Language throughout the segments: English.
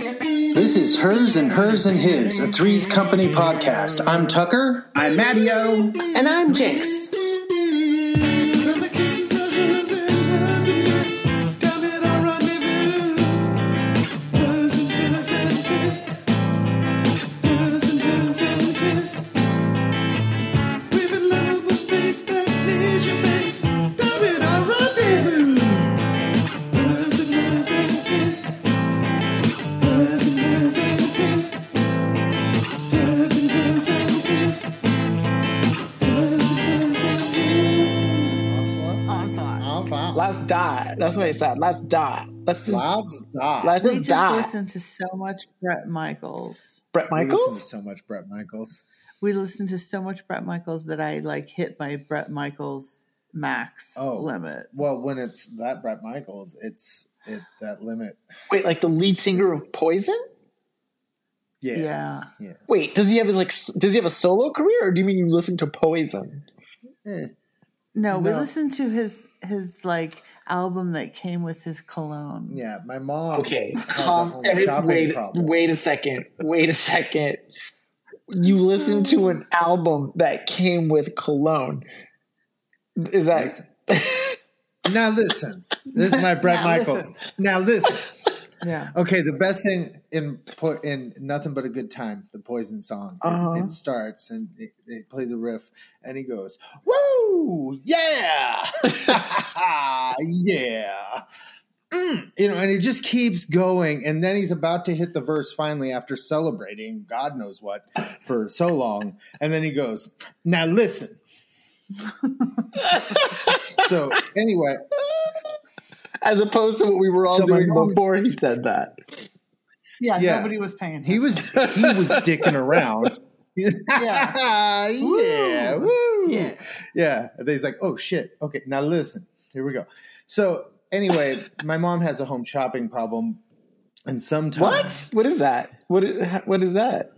This is Hers and Hers and His, a Threes Company podcast. I'm Tucker. I'm Mattio. And I'm Jinx. Let's die. That's what he said. Let's die. Let's just Let's die. let's We just just die. listened to so much Brett Michaels. Brett We listen to Michaels. so much Brett Michaels. We listened to so much Brett Michaels that I like hit my Brett Michaels max Oh. limit. Well, when it's that Brett Michaels, it's it that limit. Wait, like the lead singer of Poison? Yeah. Yeah. Wait, does he have his like? s- Does he have a solo career, or do you mean you listen to Poison? Eh. No, we No. listened to his his like album that came with his cologne. Yeah. My mom. Okay, has a calm- home every- shopping wait, problem. wait a second. Wait a second. You listened to an album that came with cologne. Is that? Listen. Now listen. This is my Brett Now Michaels. Now listen. Yeah. Okay, the best thing in po- in nothing but a good time, the Poison song. is Uh-huh. It starts and they, they play the riff, and he goes, "Woo, yeah, yeah." Mm," You know, and he just keeps going, and then he's about to hit the verse finally after celebrating God knows what for so long, and then he goes, "Now listen." so anyway, As opposed to what we were all So my doing mom- before he said that. Yeah, Yeah. nobody was paying attention. He was he was dicking around. yeah. yeah. Woo. Yeah. Yeah. And he's like, oh shit. Okay, now listen. Here we go. So anyway, my mom has a home shopping problem, and sometimes What? What is that? What? i- What is that?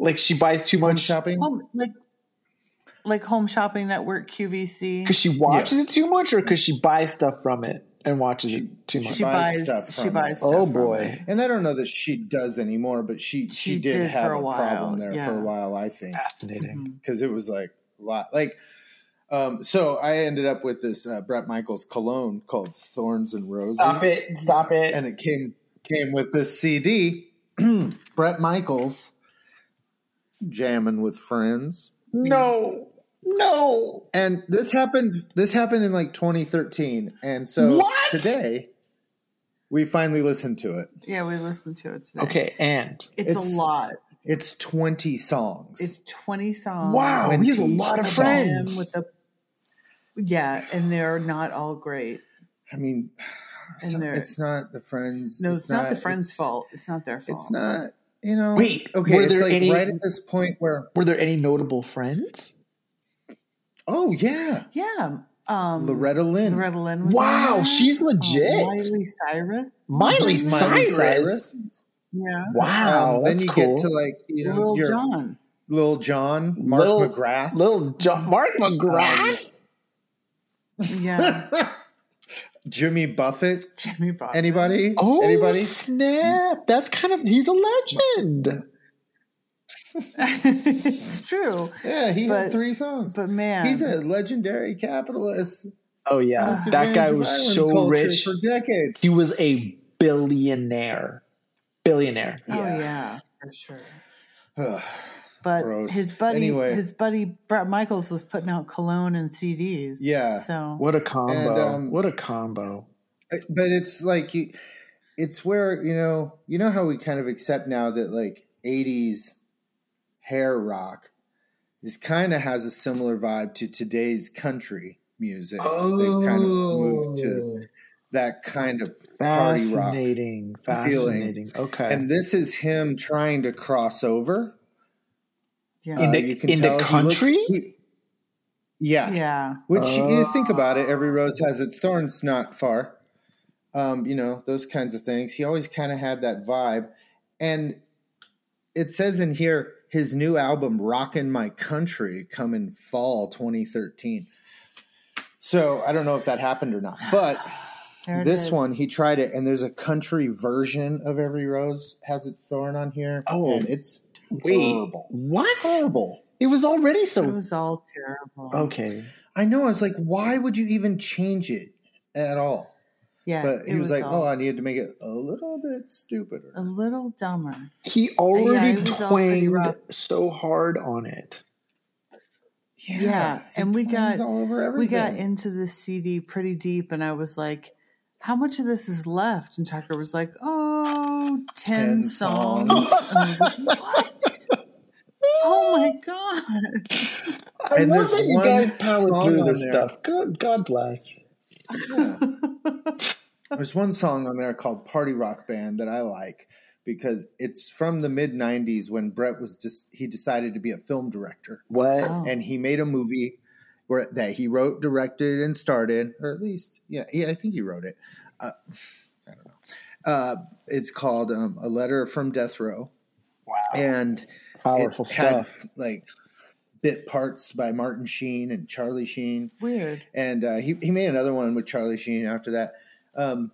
Like she buys too home much shopping. Home- like like Home Shopping Network QVC. because she watches it too much, or because she buys stuff from it and watches it too much. She buys buys, stuff she from buys it. stuff oh from boy! And I don't know that she does anymore, but she she, She did, did have for a, a while, problem there for yeah. a while. I think Fascinating. because it was like a lot like. Um, so I ended up with this uh, Brett Michaels cologne called Thorns and Roses. Stop it! Stop it! and it came came with this CD, Brett Michaels, jamming with friends. no, no. And this happened. This happened in like 2013, and so What? today we finally listened to it. Yeah, we listened to it today. Okay, and It's, It's- a lot. It's 20 songs. It's twenty songs. wow, he has Oh, a 20 lot of songs. friends. with the yeah, and they're not all great. I mean, And so- they're- it's not the friends. No, it's, not, the friend's it's- fault. It's not their fault. It's not. You know. Wait, Okay. were it's there like any- right at this point where. Were there any notable friends? Oh yeah, Yeah. Um, Loretta Lynn. Loretta Lynn. Was Wow, on there. she's legit. Um, Miley Cyrus. Miley, Cyrus. Cyrus. Yeah. Wow, Um, Oh, that's then you cool. get to like you know Lil your John. Lil John, Mark Lil- McGrath, Little John, Mark McGrath. Yeah. Jimmy Buffett. Jimmy Bob. Anybody? oh, Anybody? snap! That's kind of he's a legend. it's true. Yeah, he had But- three songs. But man, Oh, He's a legendary capitalist. Oh yeah, Took that guy advantage of was island so culture rich. for decades. he was a billionaire. Billionaire. oh yeah. yeah. for sure. Ugh. But Gross. his buddy, Anyway. his buddy Brett Michaels was putting out cologne and CDs. Yeah. So What a combo! And, um, what a combo! but it's like you, it's where you know you know how we kind of accept now that like '80s hair rock is kind of has a similar vibe to today's country music. They've kind of moved to that kind of party rock Oh. fascinating, feeling. fascinating. Okay, and this is him trying to cross over yeah. In Uh, the- in the he country? Oh. he- yeah, yeah. which you think about it every rose has its thorns not far um, you know those kinds of things he always kind of had that vibe and it says in here his new album rockin' my country come in fall 2013 so i don't know if that happened or not but There it this is. one he tried it, and there's a country version of "Every Rose Has Its Thorn" on here. Oh, and it's Wait, Horrible. what? terrible. It was already It so was all terrible. okay. I know. I was like, why would you even change it at all? Yeah. But it he was, like, all- oh, I needed to make it a little bit stupider. a little dumber. He already it was all pretty twanged rough. so hard on it. Yeah. And we Twang's got all over everything. we got into the CD pretty deep, and I was like, "How much of this is left?" And Tucker was like, "Oh, ten Ten songs." songs. and I was like, "What? oh my god! I And there's love that you one guys powered song through on this there. stuff. Good, God bless. Yeah. There's one song on there called Party Rock Band that I like because it's from the mid 90s when Brett was just, he decided to be a film director What? Oh. and he made a movie where that he wrote, directed, and started, or at least, yeah, yeah I think he wrote it. Uh, I don't know. Uh, it's called um, A Letter from Death Row. Wow. And Powerful it had, stuff. like bit parts by Martin Sheen and Charlie Sheen Weird." and uh, he he made another one with Charlie Sheen after that, um,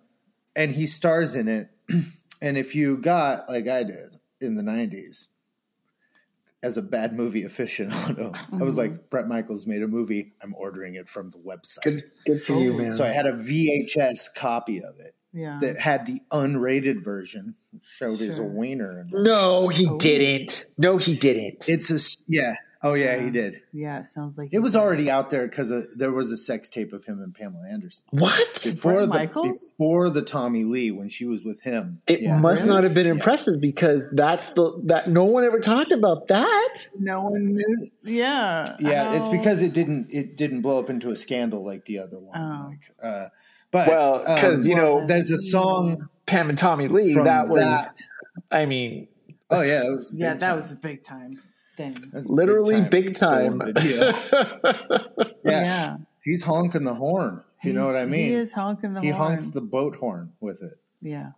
and he stars in it. and if you got like I did in the '90s as a bad movie aficionado, I was like, Brett Michaels made a movie. I'm ordering it from the website. Good, good for you, man. So I had a VHS copy of it Yeah. that had the unrated version, showed as a Sure. wiener. In it. no, he Oh. didn't. No, he didn't. It's a s- yeah. Oh yeah, he Yeah. did. yeah. It sounds like It was already out there because there was a sex tape of him and Pamela Anderson. what? before Brett the Michaels? before the Tommy Lee when she was with him. It Yeah. must Really? not have been Yeah. impressive because that's the that no one ever talked about that. No one knew. Yeah. oh, Yeah, it's how- because it didn't it didn't blow up into a scandal like the other one. Oh. Like, uh, but um, Well, 'cause, you know- there's a song. Pam and Tommy Lee. From that was, that- I mean, Oh yeah, it was big yeah, that time. was a big time thing. That was literally big time. Stolen video. Yeah. yeah, he's honking the horn. If you know what I He's- mean? He is honking the He horn. honks the boat horn with it. Yeah.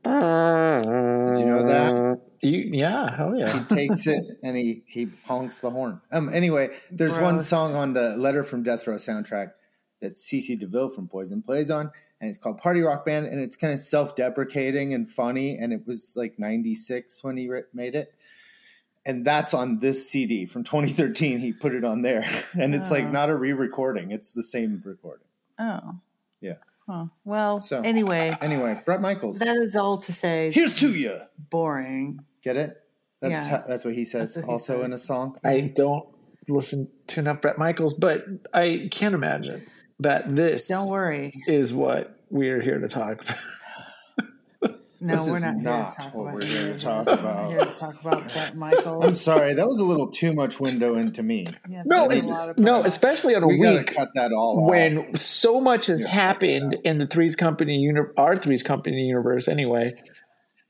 Did you know that? You, yeah, hell yeah. He takes it and he he honks the horn. Um. Anyway, there's one Gross. song on the Letter from Death Row soundtrack that CC DeVille from Poison plays on, and it's called Party Rock Band, and it's kind of self-deprecating and funny, and it was like '96 when he ri- made it, and that's on this CD from 2013. He put it on there, and it's like Oh. not a re-recording; it's the same recording. Oh. Yeah. Huh. Well, So- anyway, Anyway, Brett Michaels, that is all to say. here's to you. boring. Get it? That's Yeah. how, that's what he says. That's what he also in a says. song. I don't listen to enough Brett Michaels, but I can't imagine that this Don't worry. is what we're here to talk about. No, This we're is not, not here to talk what about we're any here of to talk this. about. We're here to talk about Brett I'm Michaels. sorry, that was a little too much window into me. Yeah, No, there's it's, a lot of no, Brett especially on a we gotta week cut that all off. when so much has Yeah, happened in the Three's Company uni- our Three's Company universe anyway.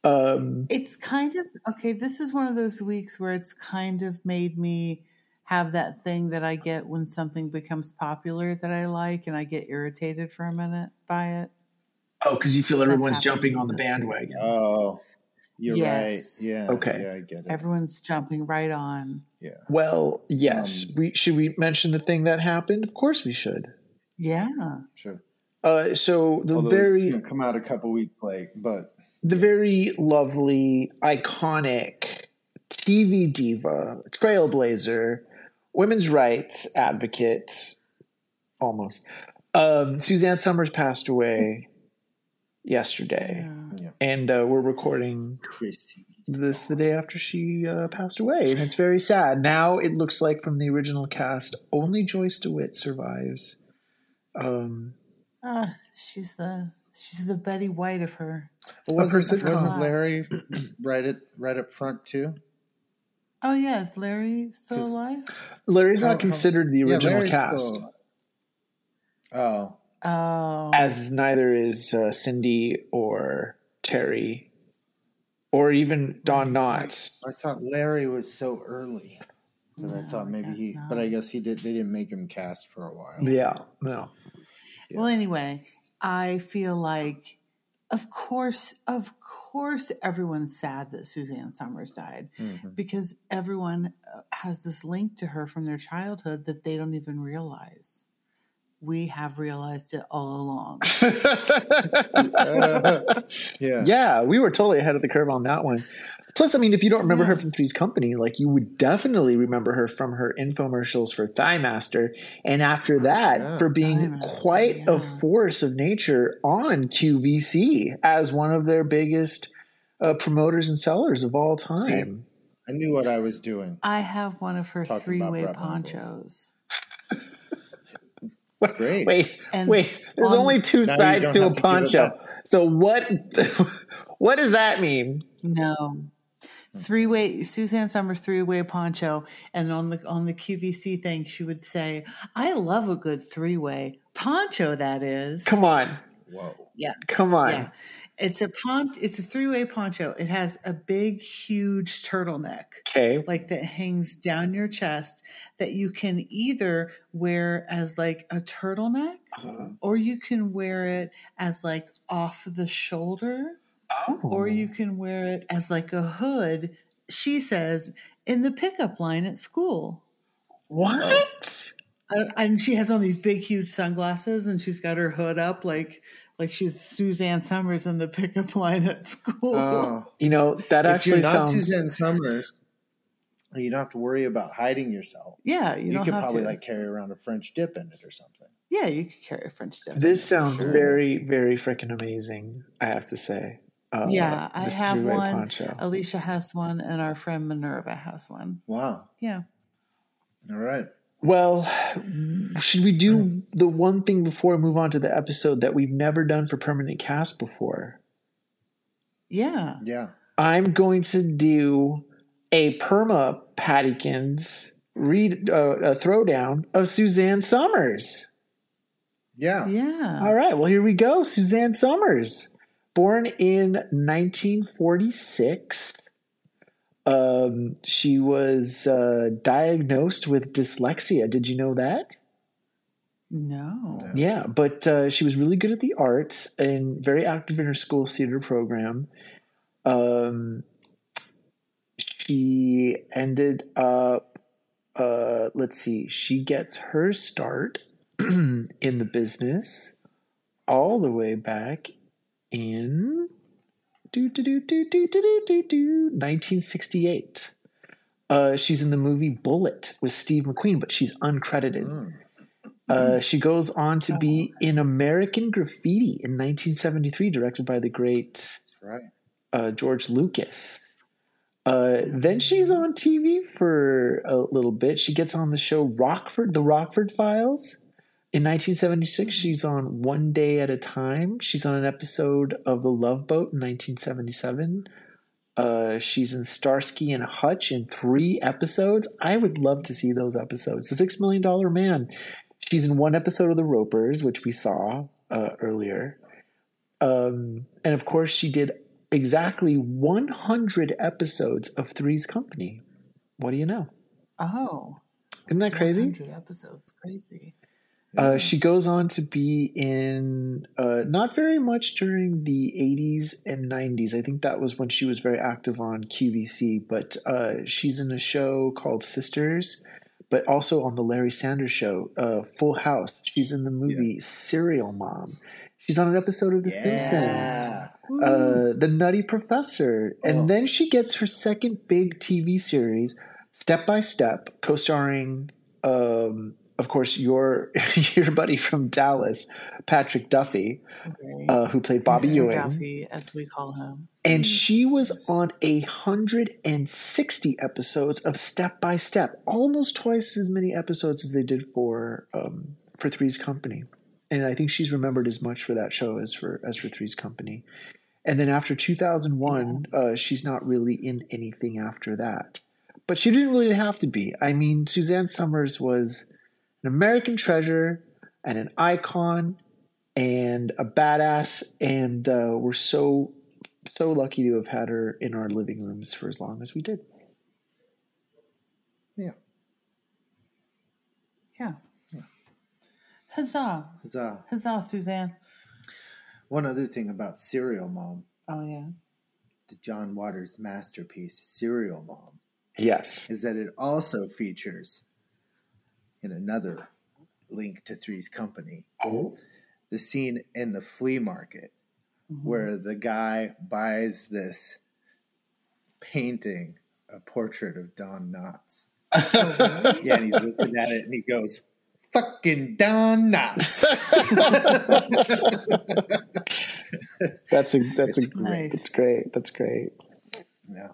Um, it's kind of okay this is one of those weeks where it's kind of made me have that thing that i get when something becomes popular that i like and i get irritated for a minute by it oh, because you feel everyone's happened. jumping on the bandwagon. Oh, you're Yes. right. Yeah. Okay. Yeah, I get it. everyone's jumping right on well, yes. Um, we should we mention the thing that happened? Of course we should. yeah sure. Uh, so the Although it's very gonna come out a couple weeks late, but the very lovely, iconic TV diva, trailblazer, women's rights advocate, almost. Um, Suzanne Summers passed away yesterday, yeah. and uh, we're recording Chrissy. this the day after she uh, passed away, and it's very sad. Now it looks like from the original cast, only Joyce DeWitt survives. Um, Ah, she's the she's the betty white of her Of her Wasn't, sitcom. wasn't Larry right at right up front too? oh yeah is larry still 'Cause- alive Larry's How- not how- considered the Yeah, original Larry's cast. still- oh. oh as neither is uh, Cindy or Terry or even Don Knotts. I thought Larry was so early that I No, thought I maybe guess he not. but I guess he did they didn't make him cast for a while. Yeah, no. Well, anyway, I feel like, of course, of course, everyone's sad that Suzanne Summers died Mhm. because everyone uh, has this link to her from their childhood that they don't even realize. we have realized it all along. yeah. yeah, we were totally ahead of the curve on that one. Plus, I mean, if you don't remember her from Three's Company, like you would definitely remember her from her infomercials for Thighmaster, and after that Yeah. for being Oh, Thighmaster, quite a yeah. force of nature on QVC as one of their biggest uh, promoters and sellers of all time. I knew what I was doing. I have one of her Talking about three way prep uncles. ponchos. Great. Wait, And wait. There's on- only two Now you sides don't to have to a give it poncho. back. So what? what does that mean? No. Three way Suzanne Summers three way poncho and on the on the QVC thing she would say, I love a good three way poncho that is. Come on, Whoa. come on. Yeah. It's a pon it's a three way poncho. It has a big huge turtleneck Okay. like that hangs down your chest that you can either wear as like a turtleneck Uh-huh. or you can wear it as like off the shoulder or Oh. you can wear it as like a hood she says in the pickup line at school what? I- and she has on these big huge sunglasses and she's got her hood up like like she's suzanne summers in the pickup line at school Oh. You know that if you're actually not sounds. Suzanne Summers, you don't have to worry about hiding yourself. yeah you, You, don't could have probably to like carry around a French dip in it or something. yeah you could carry a french dip This sounds Sure. very, very freaking amazing. I have to say. Uh, yeah i this have three-way one Poncho. alicia has one and our friend minerva has one Wow. yeah All right. Well, should we do the one thing before we move on to the episode that we've never done for permanent cast before? yeah Yeah. I'm going to do a perma Pattykins read uh, a throwdown of Suzanne Summers. Yeah. yeah All right, well here we go. Suzanne Summers, born in 1946. Um, she was uh, diagnosed with dyslexia. Did you know that? no Yeah. Yeah, but uh, she was really good at the arts and very active in her school's theater program. Um, she ended up, uh, let's see, she gets her start in the business all the way back in do, do, do, do, do, do, do, do, do, 1968. Uh, she's in the movie Bullet with Steve McQueen, but she's uncredited. Mm. Uh, she goes on to be in American Graffiti in 1973, directed by the great That's right. uh, George Lucas. Uh, then she's on TV for a little bit. She gets on the show Rockford, The Rockford Files. In 1976, she's on One Day at a Time. She's on an episode of The Love Boat in 1977. Uh, she's in Starsky and Hutch in three episodes. I would love to see those episodes. The Six Million Dollar Man. She's in one episode of The Ropers, which we saw uh, earlier. Um, and of course, she did exactly 100 episodes of Three's Company. What do you know? oh Isn't that crazy? 100 episodes crazy Uh, she goes on to be in uh, not very much during the 80s and 90s. I think that was when she was very active on QVC, but uh, she's in a show called Sisters, but also on The Larry Sanders Show, uh, Full House. She's in the movie Serial Mom. She's on an episode of The Simpsons. Yeah. uh, the Nutty Professor, Oh. and then she gets her second big TV series, Step by Step, co-starring, um, of course, your your buddy from Dallas, Patrick Duffy, Okay. uh, who played Bobby Mr. Ewing, Duffy, as we call him. and she was on a hundred and sixty episodes of Step by Step, almost twice as many episodes as they did for um, for Three's Company. And I think she's remembered as much for that show as for as for Three's Company. And then after 2001, uh, she's not really in anything after that. But she didn't really have to be. I mean, Suzanne Summers was an American treasure and an icon and a badass. And uh, we're so, so lucky to have had her in our living rooms for as long as we did. Yeah. Yeah. Huzzah. Huzzah. Huzzah, Suzanne. uh, One other thing about Serial Mom, Oh, yeah. the John Waters masterpiece, Serial Mom, Yes. is that it also features in another link to Three's Company. Oh, The scene in the flea market Mm-hmm. where the guy buys this painting, a portrait of Don Knotts. Yeah, and he's looking at it and he goes, "Fucking Don Knotts." that's a that's It's a great. That's great. That's great. yeah.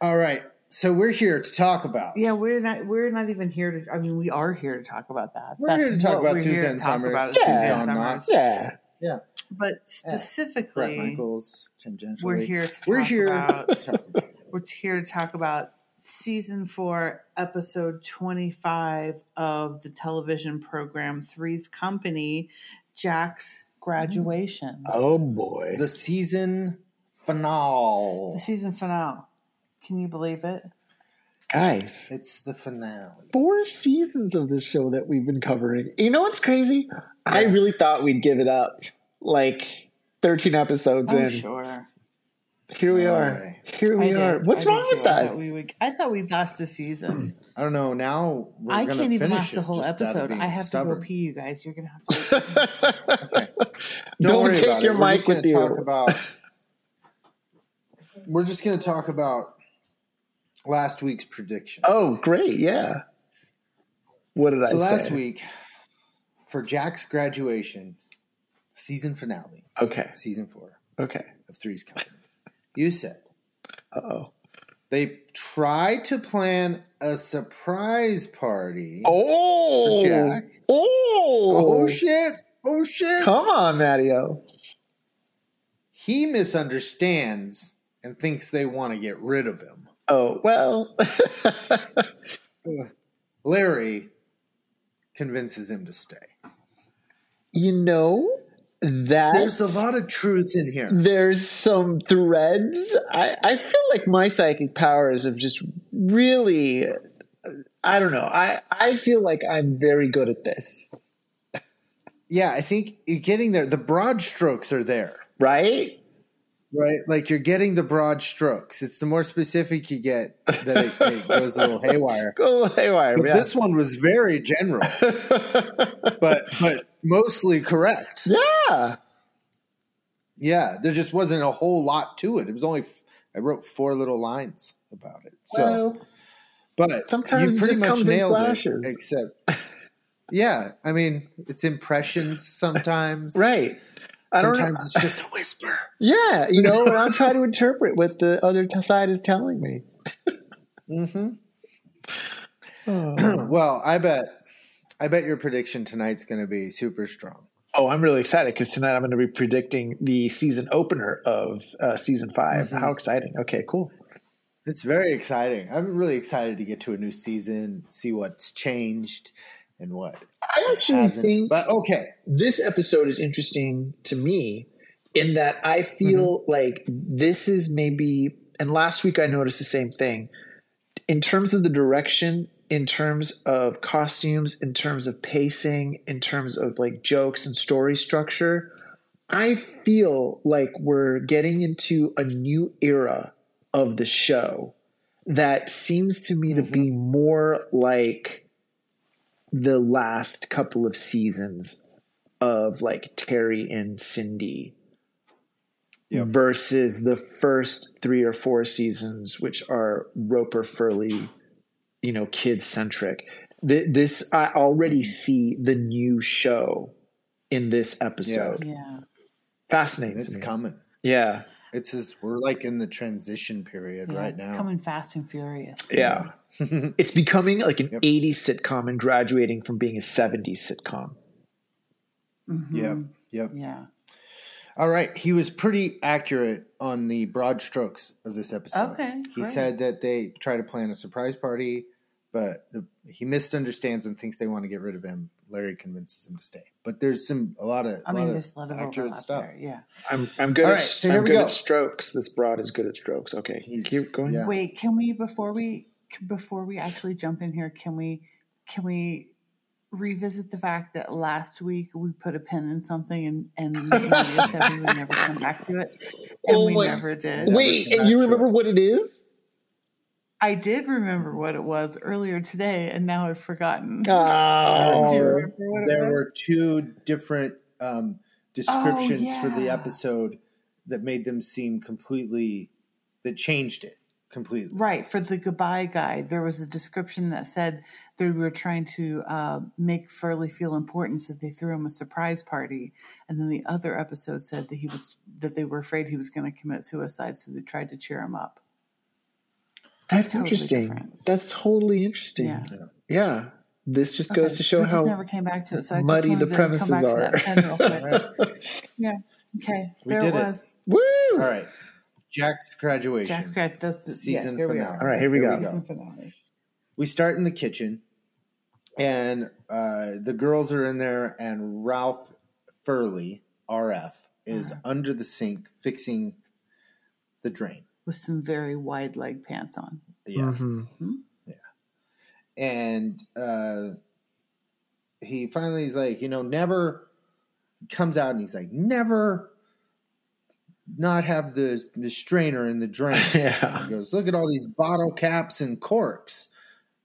All right. So we're here to talk about. Yeah, we're not we're not even here to I mean we are here to talk about that. We're here to talk what about we're here to Suzanne talk Summers, about is Yeah. Suzanne Don Summers. Knotts. Yeah. But Yeah. Brett specifically Michaels, tangentially. we're here to We're talk here about to talk about. We're here to talk about season four, episode 25 of the television program Three's Company, Jack's graduation. Oh boy. The season finale. The season finale. Can you believe it? Guys, It's the finale. four seasons of this show that we've been covering. You know what's crazy? I really thought we'd give it up like 13 episodes I'm in. Oh, sure. Here we No are. way. Here I we did. are. What's I did wrong too. with I us? Thought we would, I thought we lost a season. I don't know. Now we're I gonna can't even finish last it the whole just out of episode. being I have to stubborn. go pee, you guys. You're going to have to. Don't, Don't worry take about it. your mic we're just gonna with you. Talk about, we're just going to talk about last week's prediction. Oh, great. Yeah. What did I so say? last week, for Jack's graduation season finale, Okay. season four Okay. of Three's Company, you said Uh oh. they tried to plan a surprise party. Oh. Jack. Oh. Oh, shit! Oh shit! Come on, Mattio. He misunderstands and thinks they want to get rid of him. Oh, well. Larry convinces him to stay. you know, that's. There's a lot of truth in here. there's some threads. I, I feel like my psychic powers have just really. I don't know. I, I feel like I'm very good at this, Yeah, I think you're getting there. The broad strokes are there, right? right? Like you're getting the broad strokes. It's the more specific you get that it, it goes a little haywire. Go haywire, But Oh, yeah. this one was very general, but but mostly correct. yeah. Yeah, there just wasn't a whole lot to it. It was only f- I wrote four little lines about it. So. well, But Sometimes you it pretty just much comes in nailed it, flashes. except, yeah, I mean, it's impressions sometimes. right. I don't know. Sometimes it's just a whisper. Yeah, you know, and I'll try to interpret what the other t- side is telling me. hmm Oh, well, I bet, I bet your prediction tonight's going to be super strong. Oh, I'm really excited because tonight I'm going to be predicting the season opener of uh, season 5 How exciting! Okay, cool. It's very exciting. I'm really excited to get to a new season, see what's changed, and what I actually hasn't. think But okay, this episode is interesting to me in that I feel like this is maybe, and last week I noticed the same thing in terms of the direction, in terms of costumes, in terms of pacing, in terms of like jokes and story structure. I feel like we're getting into a new era of the show that seems to me to be more like the last couple of seasons of like Terry and Cindy Yep. versus the first three or four seasons, which are Roper Furley, you know, kid centric. Th- this, I already see the new show in this episode. yeah. Fascinating it's to me. coming. yeah. It's just we're like in the transition period yeah right it's now. coming fast and furious. Yeah. it's becoming like an Yep. 80s sitcom and graduating from being a 70s sitcom. Mhm. Yep. Yep. Yeah. All right, he was pretty accurate on the broad strokes of this episode. Okay, he great. said that they try to plan a surprise party, but the, he misunderstands and thinks they want to get rid of him. Larry convinces him to stay, but there's some a lot of I a mean, lot there's a lot of accurate overlap stuff. there. Yeah. I'm, I'm good, All at, right, so here I'm we good go. at strokes. This broad is good at strokes. Okay. Keep going. yeah. Wait, can we before we before we actually jump in here, can we can we revisit the fact that last week we put a pin in something and and Maria said we would never come back to it, and Oh we my- never did. Yeah, we Wait, can and you back to remember what it is? I did remember what it was earlier today, and now I've forgotten. Oh. Do you There, remember what it there was? were two different um, descriptions for the Oh, yeah. episode that made them seem completely that changed it completely. Right for the goodbye guy, there was a description that said they were trying to uh, make Furley feel important, so they threw him a surprise party. And then the other episode said that he was that they were afraid he was going to commit suicide, so they tried to cheer him up. That's Totally interesting. different. That's totally interesting. Yeah. Yeah. This just goes Okay, to show we just how never came back to it, so I just muddy wanted to the come back premises to are. that pen real quick. yeah. Okay. We there did it it. was. Woo! All right, Jack's graduation. Jack Scratch. That's the Season yeah, here finale. We are. All right, here we go. we Season finale. we start in the kitchen and uh, the girls are in there and ralph furley rf is under the sink fixing the drain With some very wide leg pants on. yeah Mhm. and uh, he finally is like you know never comes out and he's like never not have the, the strainer in the drain Yeah. he goes look at all these bottle caps and corks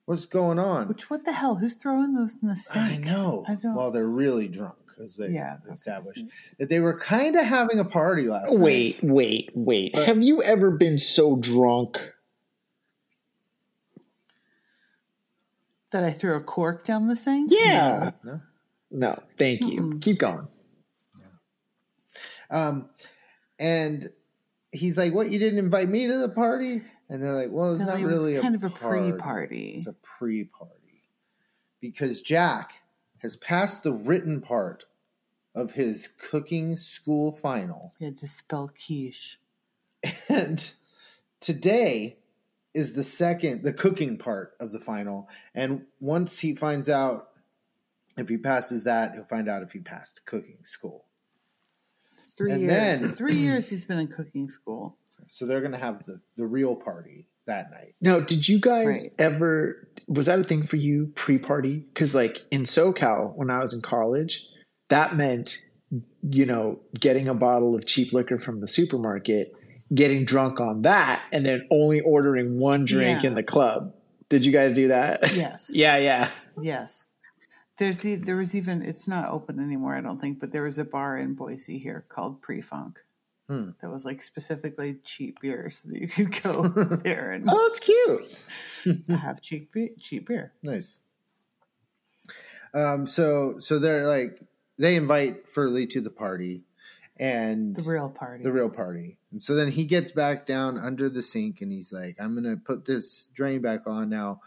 what's going on Which what the hell? Who's throwing those in the I sink? know. I don't- Well, they're really drunk because they Yeah, they established that they were kind of having a party last night. Oh, Wait, wait, wait. But- Have you ever been so drunk? That I threw a cork down the sink? Yeah. No, no. No, thank you. Mm-mm. Keep going. Um, and he's like, "What? You didn't invite me to the party?" And they're like, "Well, it's No, not it really was kind of a party. pre-party. It's a pre-party because Jack has passed the written part of his cooking school final, Yeah, just spell quiche. and today is the second the cooking part of the final and once he finds out if he passes that he'll find out if he passed cooking school Three And years. then- Three years he's been in cooking school. so they're going to have the, the real party that night Now, did you guys Right. ever? Was that a thing for you pre-party? Because, like in SoCal, when I was in college, that meant you know getting a bottle of cheap liquor from the supermarket, getting drunk on that, and then only ordering one drink Yeah. in the club. Did you guys do that? Yes. yeah, yeah. Yes. There's the, there was even it's not open anymore, I don't think, but there was a bar in Boise here called Pre Funk Hmm. that was like specifically cheap beer, so that you could go there and Oh, that's cute. Oh. have cheap beer, cheap beer. nice um so so they're like they invite Furley to the party and The real party. the real party. And so then he gets back down under the sink and he's like, I'm going to put this drain back on now.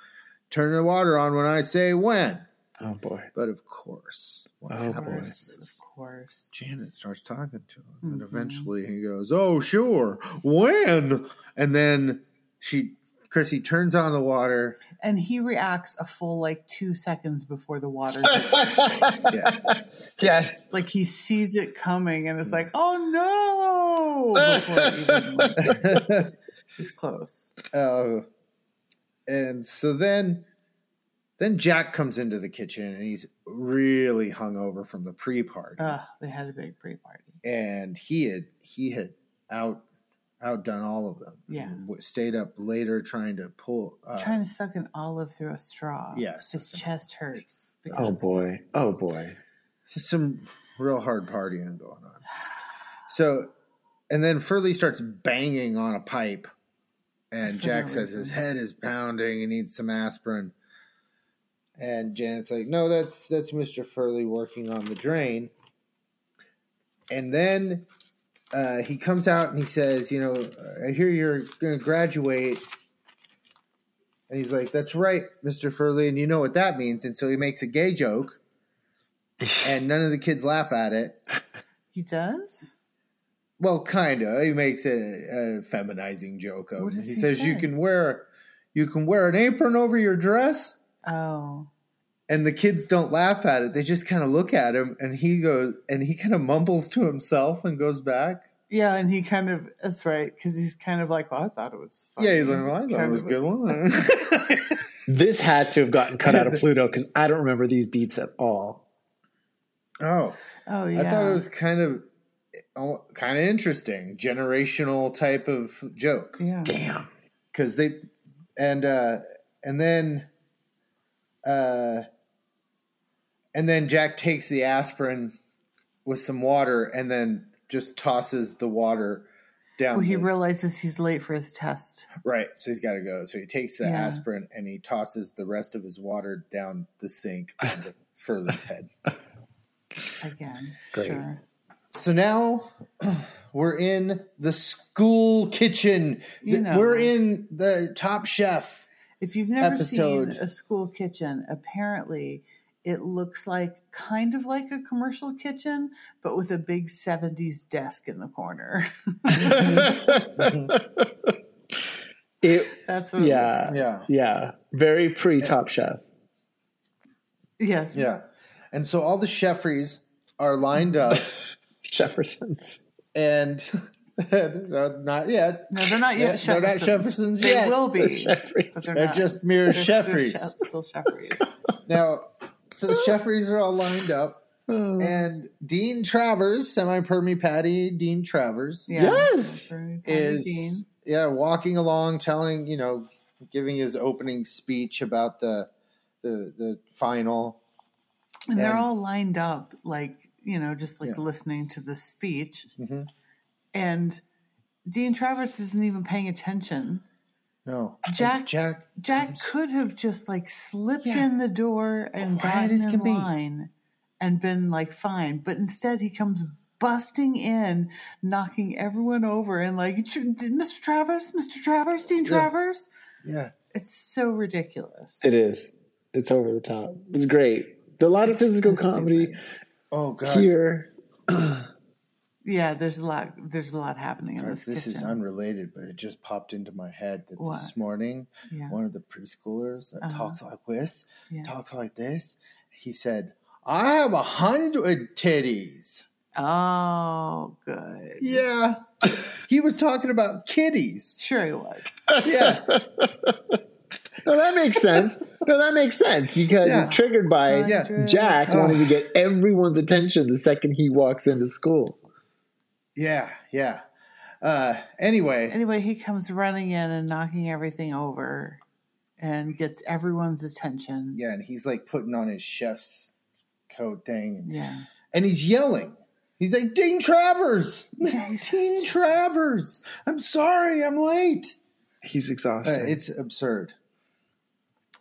Turn the water on when I say when. Oh boy. But of course, what Oh, of happens course, is of course. Janet starts talking to him. And Mhm. eventually he goes, Oh, sure. When? And then she, Chrissy turns on the water. And he reacts a full like two seconds before the water. Yeah. yes. like he sees it coming and is like, "Oh no!" Before it even like, is close. Uh, and so then then Jack comes into the kitchen and he's really hungover from the pre-party. Ugh, they had a big pre-party. and he had he had out outdone all of them. Yeah. W- stayed up later trying to pull. Uh, trying to suck an olive through a straw. Yes, his that's chest hurts. Oh Because boy. Oh boy. some real hard partying going on. So, and then Furley starts banging on a pipe, and For Jack no says reason. his head is pounding. He needs some aspirin. And Janet's like, "No, that's that's Mister Furley working on the drain." And then uh, he comes out and he says, "You know, I hear you're going to graduate." And he's like, "That's right, Mister Furley," and you know what that means. And so he makes a gay joke, and none of the kids laugh at it. he does. Well, kind of. He makes a, a feminizing joke of What it. He, does he says you say? can wear you can wear an apron over your dress, Oh, and the kids don't laugh at it. They just kind of look at him, and he goes and he kind of mumbles to himself and goes back. yeah. And he kind of that's right because he's kind of like, well, I thought it was. Funny. Yeah, he's like, well, I thought it Kind was a of- good one. This had to have gotten cut out of Pluto because I don't remember these beats at all. oh, Oh yeah. I thought it was kind of oh, kind of interesting, generational type of joke Yeah. Damn. because they and uh, and then uh, and then Jack takes the aspirin with some water and then just tosses the water down. Well, he the- realizes he's late for his test. right, so he's got to go. So he takes the Yeah. aspirin and he tosses the rest of his water down the sink on the furthest head. again. Great. Sure. So now we're in the school kitchen. You know. We're in the Top Chef. If you've never Episode. seen a school kitchen, apparently it looks like kind of like a commercial kitchen, but with a big 70s desk in the corner. Mm-hmm. It, That's what it looks yeah, yeah, Yeah. Very pre Top Chef. like. Yes. Yeah. And so all the chefries are lined up Jefferson's. and no, not yet. No, they're not yet They're not Sheffersons. Sheffersons They yet. will be. Jeffries. but they're They're not. just mere They're still chefries. Shef- Still Shefferys. Now, so the chefries are all lined up and Dean Travers, semi-permy Patty Dean Travers Yeah. Yes. Very Patty Dean. is yeah, walking along telling, you know, giving his opening speech about the the the final And they're And- all lined up, like, you know, just like Yeah. listening to the speech. Mhm. And Dean Travers isn't even paying attention. No. Jack- Jack Jack could have just like slipped Yeah. in the door and Quiet gotten as in can be. line and been like fine. But instead, he comes busting in, knocking everyone over and like, "Tr- Mr. Travers, Mr. Travers, Dean Travers. Yeah. It's so ridiculous. It is. It's over the top. It's great. A lot of physical It's so comedy stupid. Oh god. here. Yeah, there's a lot. There's a lot happening in Guys, this. this is kitchen. unrelated, but it just popped into my head that What? this morning Yeah. one of the preschoolers that Uh-huh. talks like this, Yeah. talks like this. He said, "I have a hundred titties." Oh, good. Yeah, he was talking about kitties. Sure, he was. Yeah, No, that makes sense. No, that makes sense because Yeah. it's triggered by Yeah. Hundred- Jack Ugh. wanting to get everyone's attention the second he walks into school. yeah, yeah. Uh, anyway, Anyway, he comes running in and knocking everything over, and gets everyone's attention. yeah, and he's like putting on his chef's coat thing, and, Yeah. and he's yelling. He's like, "Dean Travers, Jesus. Dean Travers, I'm sorry, I'm late." He's Uh, exhausted. it's absurd.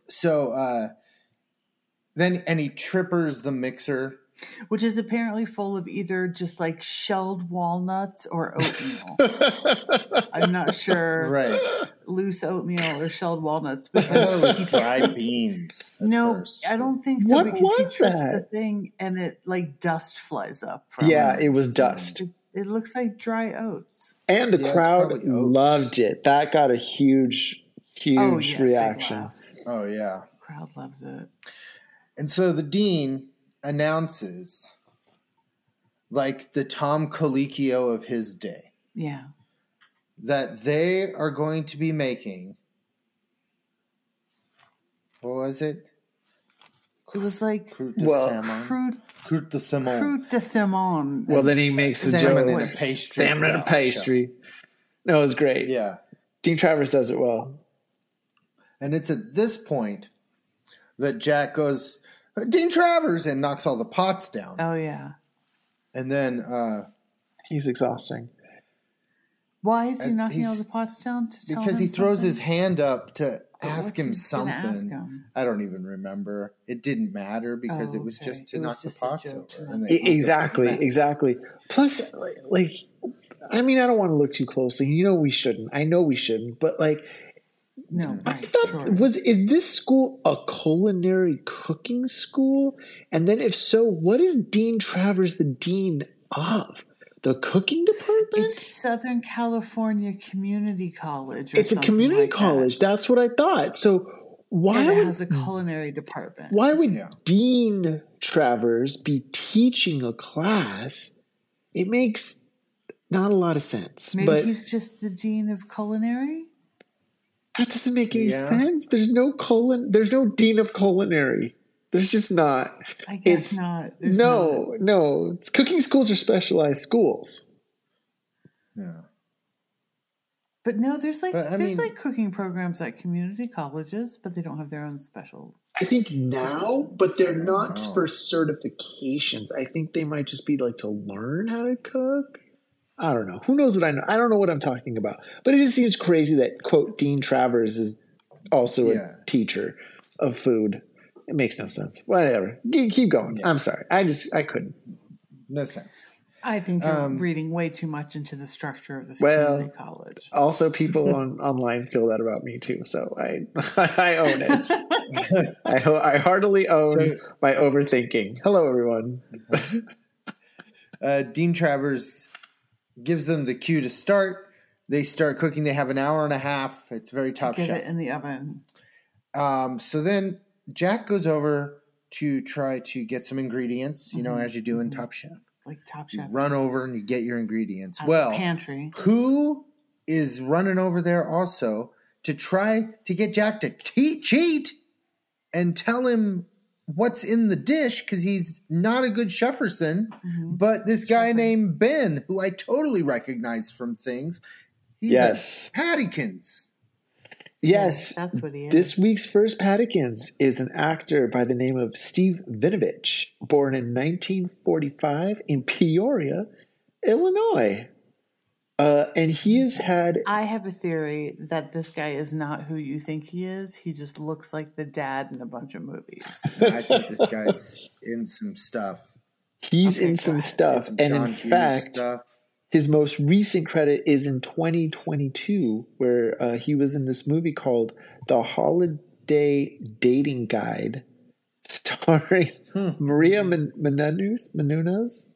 So uh, then, and he trippers the mixer. Which is apparently full of either just like shelled walnuts or oatmeal. I'm not sure. Right. Loose oatmeal or shelled walnuts. I thought it Because was dry beans. at no, first, I but- don't think so What because he was trips the that? thing and it like dust flies up from yeah, it. it was dust. It, it looks like dry oats. And the Yeah, it's crowd probably oats. loved it. That got a huge, huge oh yeah, big reaction. laugh. Oh yeah. Crowd loves it. And so the dean announces, like the Tom Colicchio of his day, Yeah. that they are going to be making. What was it? It was like Croute de Well, salmon. fruit Croute de salmon. fruit de Simon. Well, then he makes the salmon joke. and a pastry. Salmon and a salad. pastry. No, it was great. Yeah. Dean Travers does it well. And it's at this point that Jack goes, Dean Travers, and knocks all the pots down. Oh yeah. And then uh, He's exhausting. Why is he Uh, knocking he's- all the pots down? To tell because he him throws something? his hand up to ask what's him he gonna something. ask him? I don't even remember. It didn't matter because Oh, it was okay. just to It was knock just a the pots joke to over. knock and the they eat pots up the E, exactly, mess. exactly. Plus, li- like, I mean, I don't want to look too closely. You know, we shouldn't. I know we shouldn't. But like, No, I right, thought sure. was is this school a culinary cooking school? And then, if so, what is Dean Travers the dean of? The cooking department? It's Southern California Community College. Or It's a something community like that. college. That's what I thought. So why and it would Hmm. has a culinary department. why would Yeah. Dean Travers be teaching a class? It makes not a lot of sense. Maybe but he's just the dean of culinary. that doesn't make any Yeah. sense. There's no colon. There's no dean of culinary. There's just not. I guess It's- not. There's no, not. no. It's, cooking schools are specialized schools. Yeah. But no, there's like But, I there's mean- like cooking programs at community colleges, but they don't have their own special. I think now, but they're not Wow. for certifications. I think they might just be like to learn how to cook. I don't know. Who knows what I know? I don't know what I'm talking about. But it just seems crazy that quote Dean Travers is also Yeah. a teacher of food. It makes no sense. Whatever. G- Keep going. Yeah. I'm sorry. I just I couldn't. No sense. I think you're Um, reading way too much into the structure of this Well, community college. Also, people on online feel that about me too. So I I own it. I ho- I heartily own So- my overthinking. Hello, everyone. uh, Dean Travers gives them the cue to start. They start cooking. They have an hour and a half. It's very top Get it chef. in the oven. Um, so then Jack goes over to try to get some ingredients. You know, as you do in Top Chef, Like Top you Chef. run over and you get your ingredients. out of the well, pantry. who is running over there also to try to get Jack to te- cheat and tell him what's in the dish because he's not a good Shefferson, but this guy named Ben, who I totally recognize from things. He's Yes. a Paddykins. Yes, that's what he is. This week's first Paddykins is an actor by the name of Steve Vinovich, born in 1945 in Peoria, Illinois. Uh, and he has had I have a theory that this guy is not who you think he is. He just looks like the dad in a bunch of movies. I think this guy's in some stuff. he's Okay, in go some ahead. stuff, Some Uh, and John in Hughes fact, stuff. his most recent credit is in 2022, where uh, he was in this movie called The Holiday Dating Guide, starring Hmm. Maria Men- Menounos. Menounos.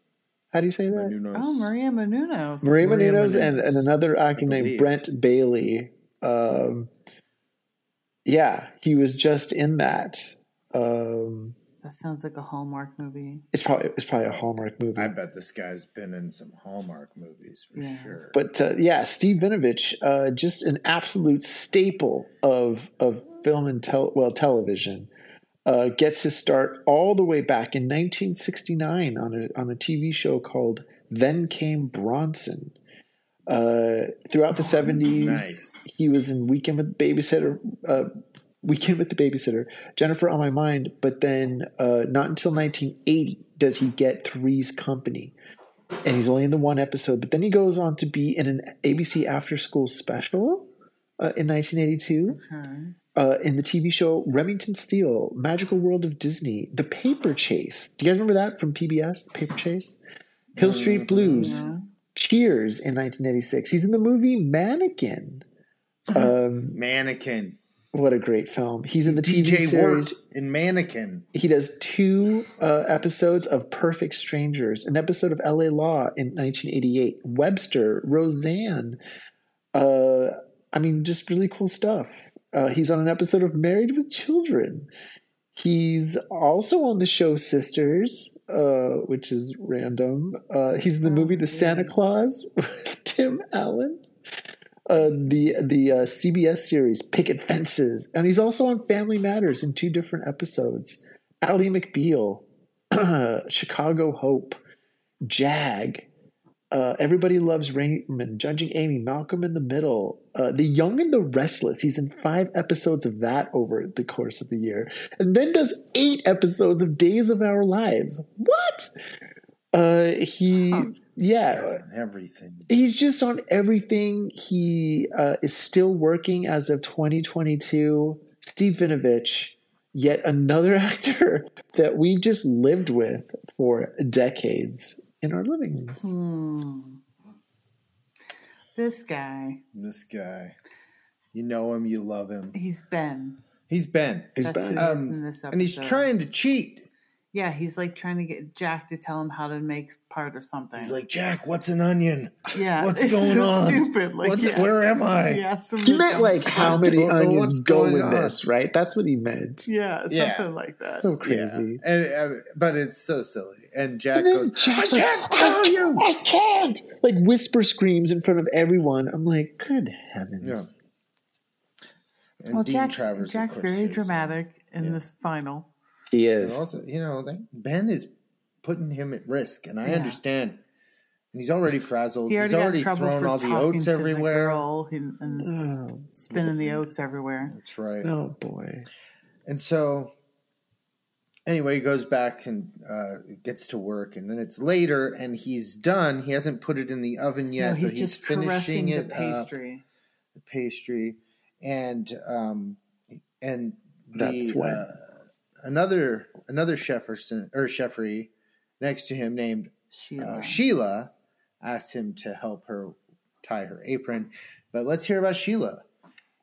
How do you say that? Who knows? Oh, Maria Menounos. Maria Maria Menounos Menounos, and, and another actor named believe. Brent Bailey. Um, yeah, he was just in that. Um, That sounds like a Hallmark movie. it's probably it's probably a Hallmark movie. I bet this guy's been in some Hallmark movies for Yeah. sure. But uh, yeah, Steve Vinovich, uh, just an absolute staple of of film and tel- well television, uh, gets his start all the way back in 1969 on a on a TV show called Then Came Bronson. Uh, throughout the 70s, Nice. he was in Weekend with the Babysitter. Uh, Weekend with the Babysitter, Jennifer on My Mind, but then uh, not until 1980 does he get Three's Company and he's only in the one episode. But then he goes on to be in an ABC After School special uh, in 1982, Okay. uh, in the TV show Remington Steele, Magical World of Disney, The Paper Chase. Do you guys remember that from PBS? The Paper Chase, Hill Street Blues, Mm, Yeah. Cheers in 1986. He's in the movie Mannequin. Uh-huh. Um, Mannequin. what a great film! He's in the TV DJ series. Wirt in Mannequin. he does two uh, episodes of Perfect Strangers, an episode of L.A. Law in 1988, Webster, Roseanne. Uh, I mean, just really cool stuff. Uh, he's on an episode of Married with Children. He's also on the show Sisters, uh, which is random. Uh, he's in the movie The Santa Claus with Tim Allen. Uh, the the uh, CBS series Picket Fences, and he's also on Family Matters in two different episodes. Ally McBeal, Chicago Hope, Jag, uh, Everybody Loves Raymond, Judging Amy, Malcolm in the Middle, uh, The Young and the Restless. He's in five episodes of that over the course of the year, and then does eight episodes of Days of Our Lives. What? Uh, he, yeah. Guy's on everything. He's just on everything. He uh, is still working as of 2022. Steve Vinovich, yet another actor that we've just lived with for decades in our living rooms. Hmm, Hmm. This guy, This guy. You know him, you love him. he's Ben. He's Ben. Um, He's That's back. who he is in this episode. And he's trying to cheat. Yeah, he's like trying to get Jack to tell him how to make part or something. He's like, Jack, what's an onion? yeah, what's it's going so on? Stupid. Like, What's- yeah. where am I? Yeah, some he meant dumb like stuff. how many Well, what's onions go going with on? this, right? That's what he meant. Yeah, something Yeah. like that. So crazy. Yeah. And, uh, but it's so silly. And Jack And then goes, Jack's I like, can't tell I, you. I can't! Like whisper screams in front of everyone. I'm like, good heavens. And well, Dean Jack's, Travers, of Jack's course, very saves him. dramatic in Yeah. this final. He But is. also, you know, that Ben is putting him at risk. And I Yeah. understand And he's already frazzled. He already he's got already in trouble thrown for all the talking oats to the everywhere. Mm. girl and, and sp- Oh, spinning the oats everywhere. That's right. oh boy. And so, anyway, he goes back and uh, gets to work, and then it's later, and he's done. He hasn't put it in the oven yet, no, but he's, he's just finishing caressing the it up, pastry. the pastry, and um, and the, That's when- uh, another another Shefferson or Sheffery next to him named Sheila. uh, Sheila asked him to help her tie her apron. But let's hear about Sheila.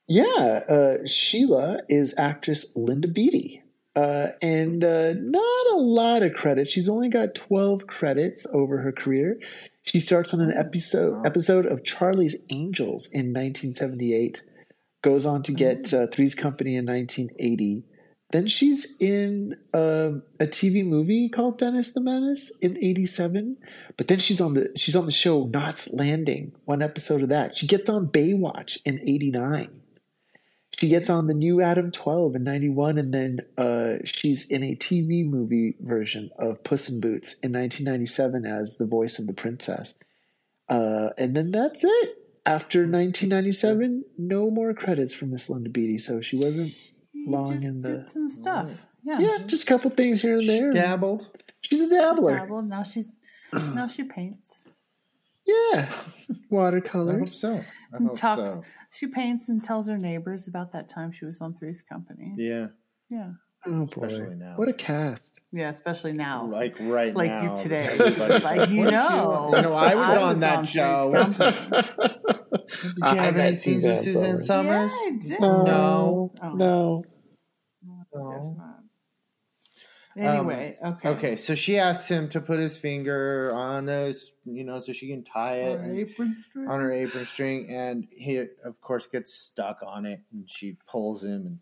Yeah, uh, Sheila is actress Linda Beatty. Uh, and uh, not a lot of credits. She's only got 12 credits over her career. She starts on an episode episode of Charlie's Angels in 1978, goes on to get uh, Three's Company in 1980. Then she's in um a TV movie called Dennis the Menace in '87, but then she's on the she's on the show Knots Landing. One episode of that, she gets on Baywatch in '89. She gets on the new Adam 12 in '91, and then uh, she's in a TV movie version of Puss in Boots in 1997 as the voice of the princess. Uh, and then that's it. After 1997, no more credits for Miss Linda Beatty, so she wasn't He long just in the- did some stuff. Yeah. yeah, just a couple things here and there. Dabbled. She's a dabbler. Dabbled. Now she's now she paints. Yeah. I hope Watercolors. so. I And hope talks Oh, so. she paints and tells her neighbors about that time she was on Three's Company. Yeah. Yeah. Oh boy. Especially now. What a cast. Yeah, especially now. Like right Like now. you today. everybody's Like you "What know. on?" You know, I was on that Three's show. Company. Did I- you I have met any scenes with Suzanne Suzanne Somers. Summers? Yeah, I did. No. No. Oh. No. Guess No. not. Anyway, okay. Okay, so she asks him to put his finger on a, s- you know, so she can tie it Or and- apron string. on her apron string, and he, of course, gets stuck on it, and she pulls him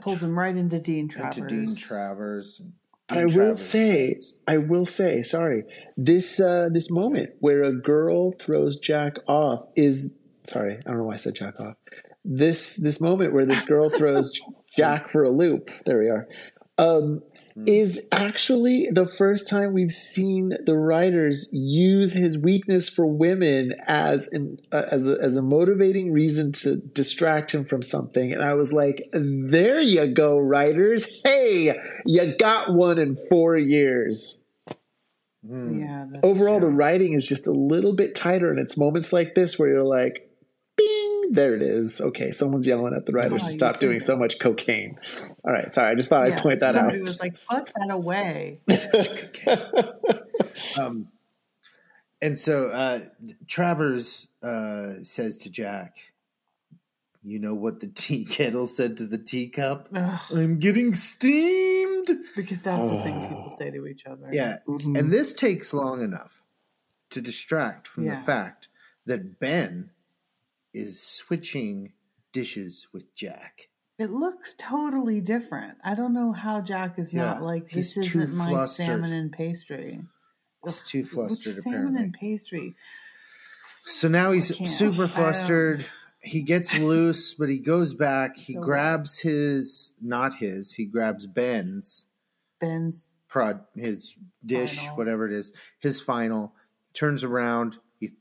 Pulls him right into Dean and Travers. into Dean Travers. And But Dean I will Travers say, says, I will say, sorry, this uh, this moment where a girl throws Jack off is sorry, I don't know why I said Jack off. This this moment where this girl throws Jack for a loop. There we are. Um, Is actually the first time we've seen the writers use his weakness for women as an uh, as a, as a motivating reason to distract him from something, and I was like, "There you go, writers! Hey, you got one in four years." "Hmm, Yeah. That's overall the writing is just a little bit tighter and it's moments like this where you're like bing there it is okay someone's yelling at the writers Oh, to you stop doing can't. so much cocaine all right sorry i just thought i'd yeah, point that out Somebody was like, put that away. Um, and so uh, Travers uh, says to Jack, "You know what the tea kettle said to the teacup? Ugh, I'm getting steamed." because that's the thing people say to each other. Oh. Yeah, Mhm. and this takes long enough to distract from Yeah. the fact that Ben is switching dishes with Jack. It looks totally different. I don't know how Jack is Yeah, not like, this he's too isn't my flustered. salmon and pastry. Ugh, He's too which flustered, salmon and apparently. pastry. So now he's I can't. I um, super don't- flustered. He gets loose, but he goes back. He So- grabs his, not his, he grabs Ben's Ben's prod, his dish, Final. whatever it is, his final, turns around. He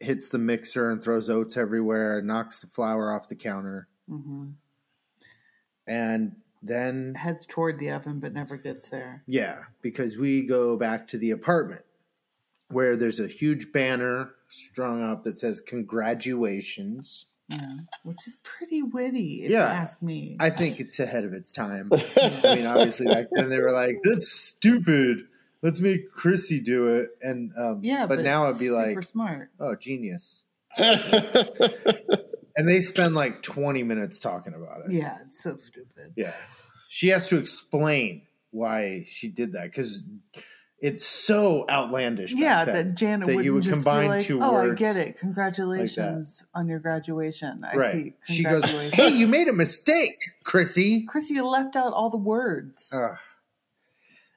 hits the mixer and throws oats everywhere, knocks the flour off the counter. mhm, And then, heads toward the oven but never gets there. yeah, because we go back to the apartment where there's a huge banner strung up that says, Congratulations. Yeah, which is pretty witty, if Yeah. you ask me. I think it's ahead of its time. I mean, obviously back then they were like, "That's stupid. Let's make Chrissy do it." And um, yeah, but, now it'd be super like, smart. "Oh, genius." Mm-hmm. And they spend like twenty minutes talking about it. Yeah, it's so stupid. Yeah. she has to explain why she did that because it's so outlandish. back Yeah, then that Janet that wouldn't you would just combine be like, two "Oh, words I get it. Congratulations on your graduation. I Right? see. She goes, Congratulations, "Hey, you made a mistake, Chrissy." Chrissy, you left out all the words. Ugh.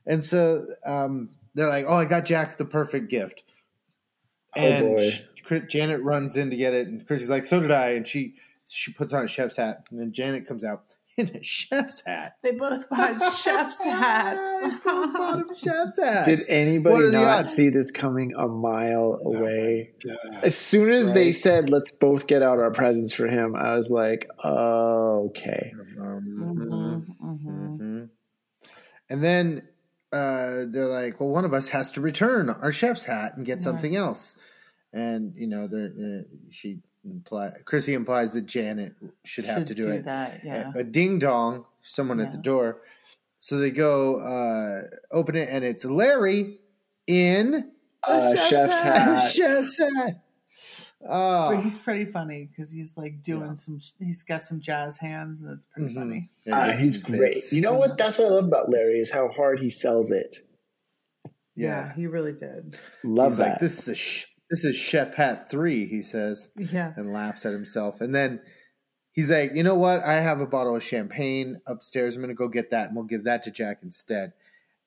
And so um, they're like, "Oh, I got Jack the perfect gift." Oh, And boy. sh- Cri- Janet runs in to get it, and Chrissy's like, "So did I." And she she puts on a chef's hat, and then Janet comes out. in a chef's hat. They both bought chef's hats. Both bottom chef's hats. Did What anybody are the not odds? see this coming a mile Oh my away? God. As soon as they Right. said, let's both get out our presents for him, I was like, oh, okay. Um, Mhm, mhm. mhm. And then uh, they're like, well, one of us has to return our chef's hat and get Right. something else. And, you know, they're, uh, she imply, Chrissy implies that Janet should have Should to do, it. that. Yeah. A, a ding dong, someone at the Yeah. door. So they go uh, open it, and it's Larry in A Uh, chef's chef's hat. a hat. chef's hat. But Oh, he's pretty funny because he's like doing Yeah. some. He's got some jazz hands, and it's pretty Mhm. funny. Ah, he's great. You know what? That's what I love about Larry is how hard he sells it. Yeah. he really did. Love He's that. like, this is a sh- this is Chef Hat Three, he says, Yeah, and laughs at himself. And then he's like, you know what? I have a bottle of champagne upstairs. I'm gonna go get that, and we'll give that to Jack instead.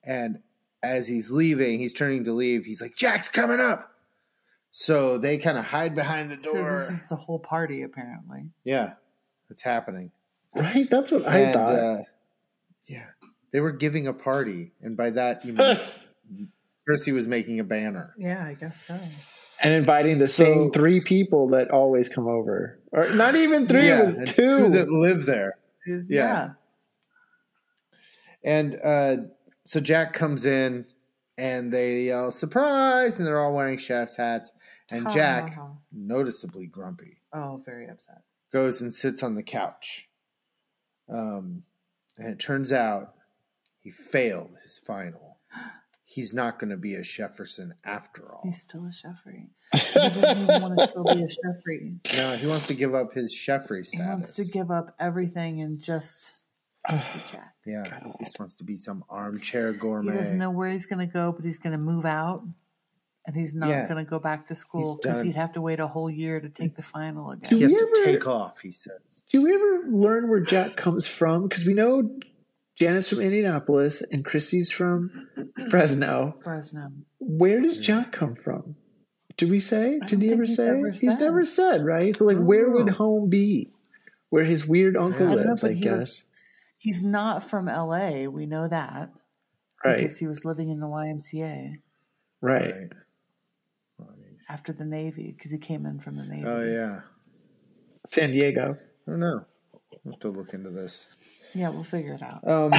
And as he's leaving, he's turning to leave. He's like, Jack's coming up. So they kind of hide behind the so door. this is the whole party apparently. yeah, it's happening. right? That's what I And, thought. uh, yeah, they were giving a party, and by that you mean Chrissy was making a banner. Yeah, I guess so. and inviting the So- same three people that always come over. Or not even three, yeah, it was and two. that live there. Is- Yeah. And uh, so Jack comes in and they yell, surprise! And they're all wearing chef's hats. And Ha, ha, Jack, ha. noticeably grumpy, Oh, very upset. goes and sits on the couch. Um, and it turns out he failed his final. He's not going to be a Jefferson after all. He's still a Sheffrey. He doesn't even want to still be a Sheffrey. No, he wants to give up his Jeffrey He status. wants to give up everything and just, just be Jack. yeah, he just wants to be some armchair gourmet. He doesn't know where he's going to go, but he's going to move out, and he's not Yeah. going to go back to school He's because done. he'd have to wait a whole year to take the final again. he has We to ever- take off, he says. Do we ever learn where Jack comes from? Because we know Janet's from Indianapolis and Chrissy's from Fresno. Fresno. Where does Jack come from? Did we say? I don't Did he think ever he's say? ever he's said. never said, right? So, like, where would know. home be? Where his weird uncle I don't know, lives, but I he guess. was- He's not from LA. We know that right, because he was living in the YMCA right. Well, I mean, after the Navy because he came in from the Navy. oh, yeah. San Diego. I don't know. I'll have to look into this. Yeah, we'll figure it out. Um,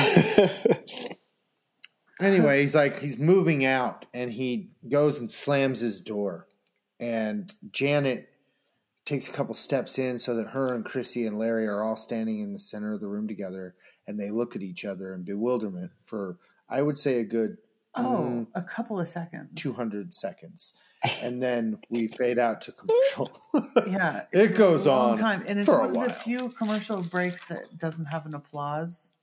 anyway, he's like, he's moving out and he goes and slams his door. And Janet takes a couple steps in so that her and Chrissy and Larry are all standing in the center of the room together. And they look at each other in bewilderment for, I would say, a good Oh, mm, a couple of seconds. 200 seconds. And then we fade out to commercial. Yeah, It it's a goes long on time, and it's for a one of the while. few commercial breaks that doesn't have an applause.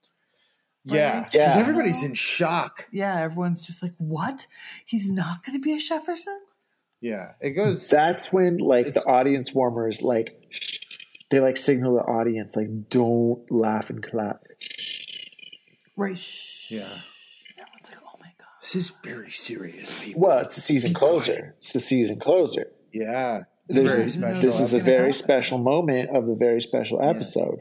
yeah. Because Yeah. everybody's in shock. Yeah, everyone's just like, "What? He's not going to be a Jefferson?" Yeah. It goes. That's when like It's- the audience warmers like they like signal the audience like don't laugh and clap. Right? Shh. yeah. Everyone's like, "Oh my god!" This is very serious, people. Well, it's the season closer. It's the season closer. Yeah. It's a There's very a- special this is a episode. gonna very happen. special moment of the very special episode.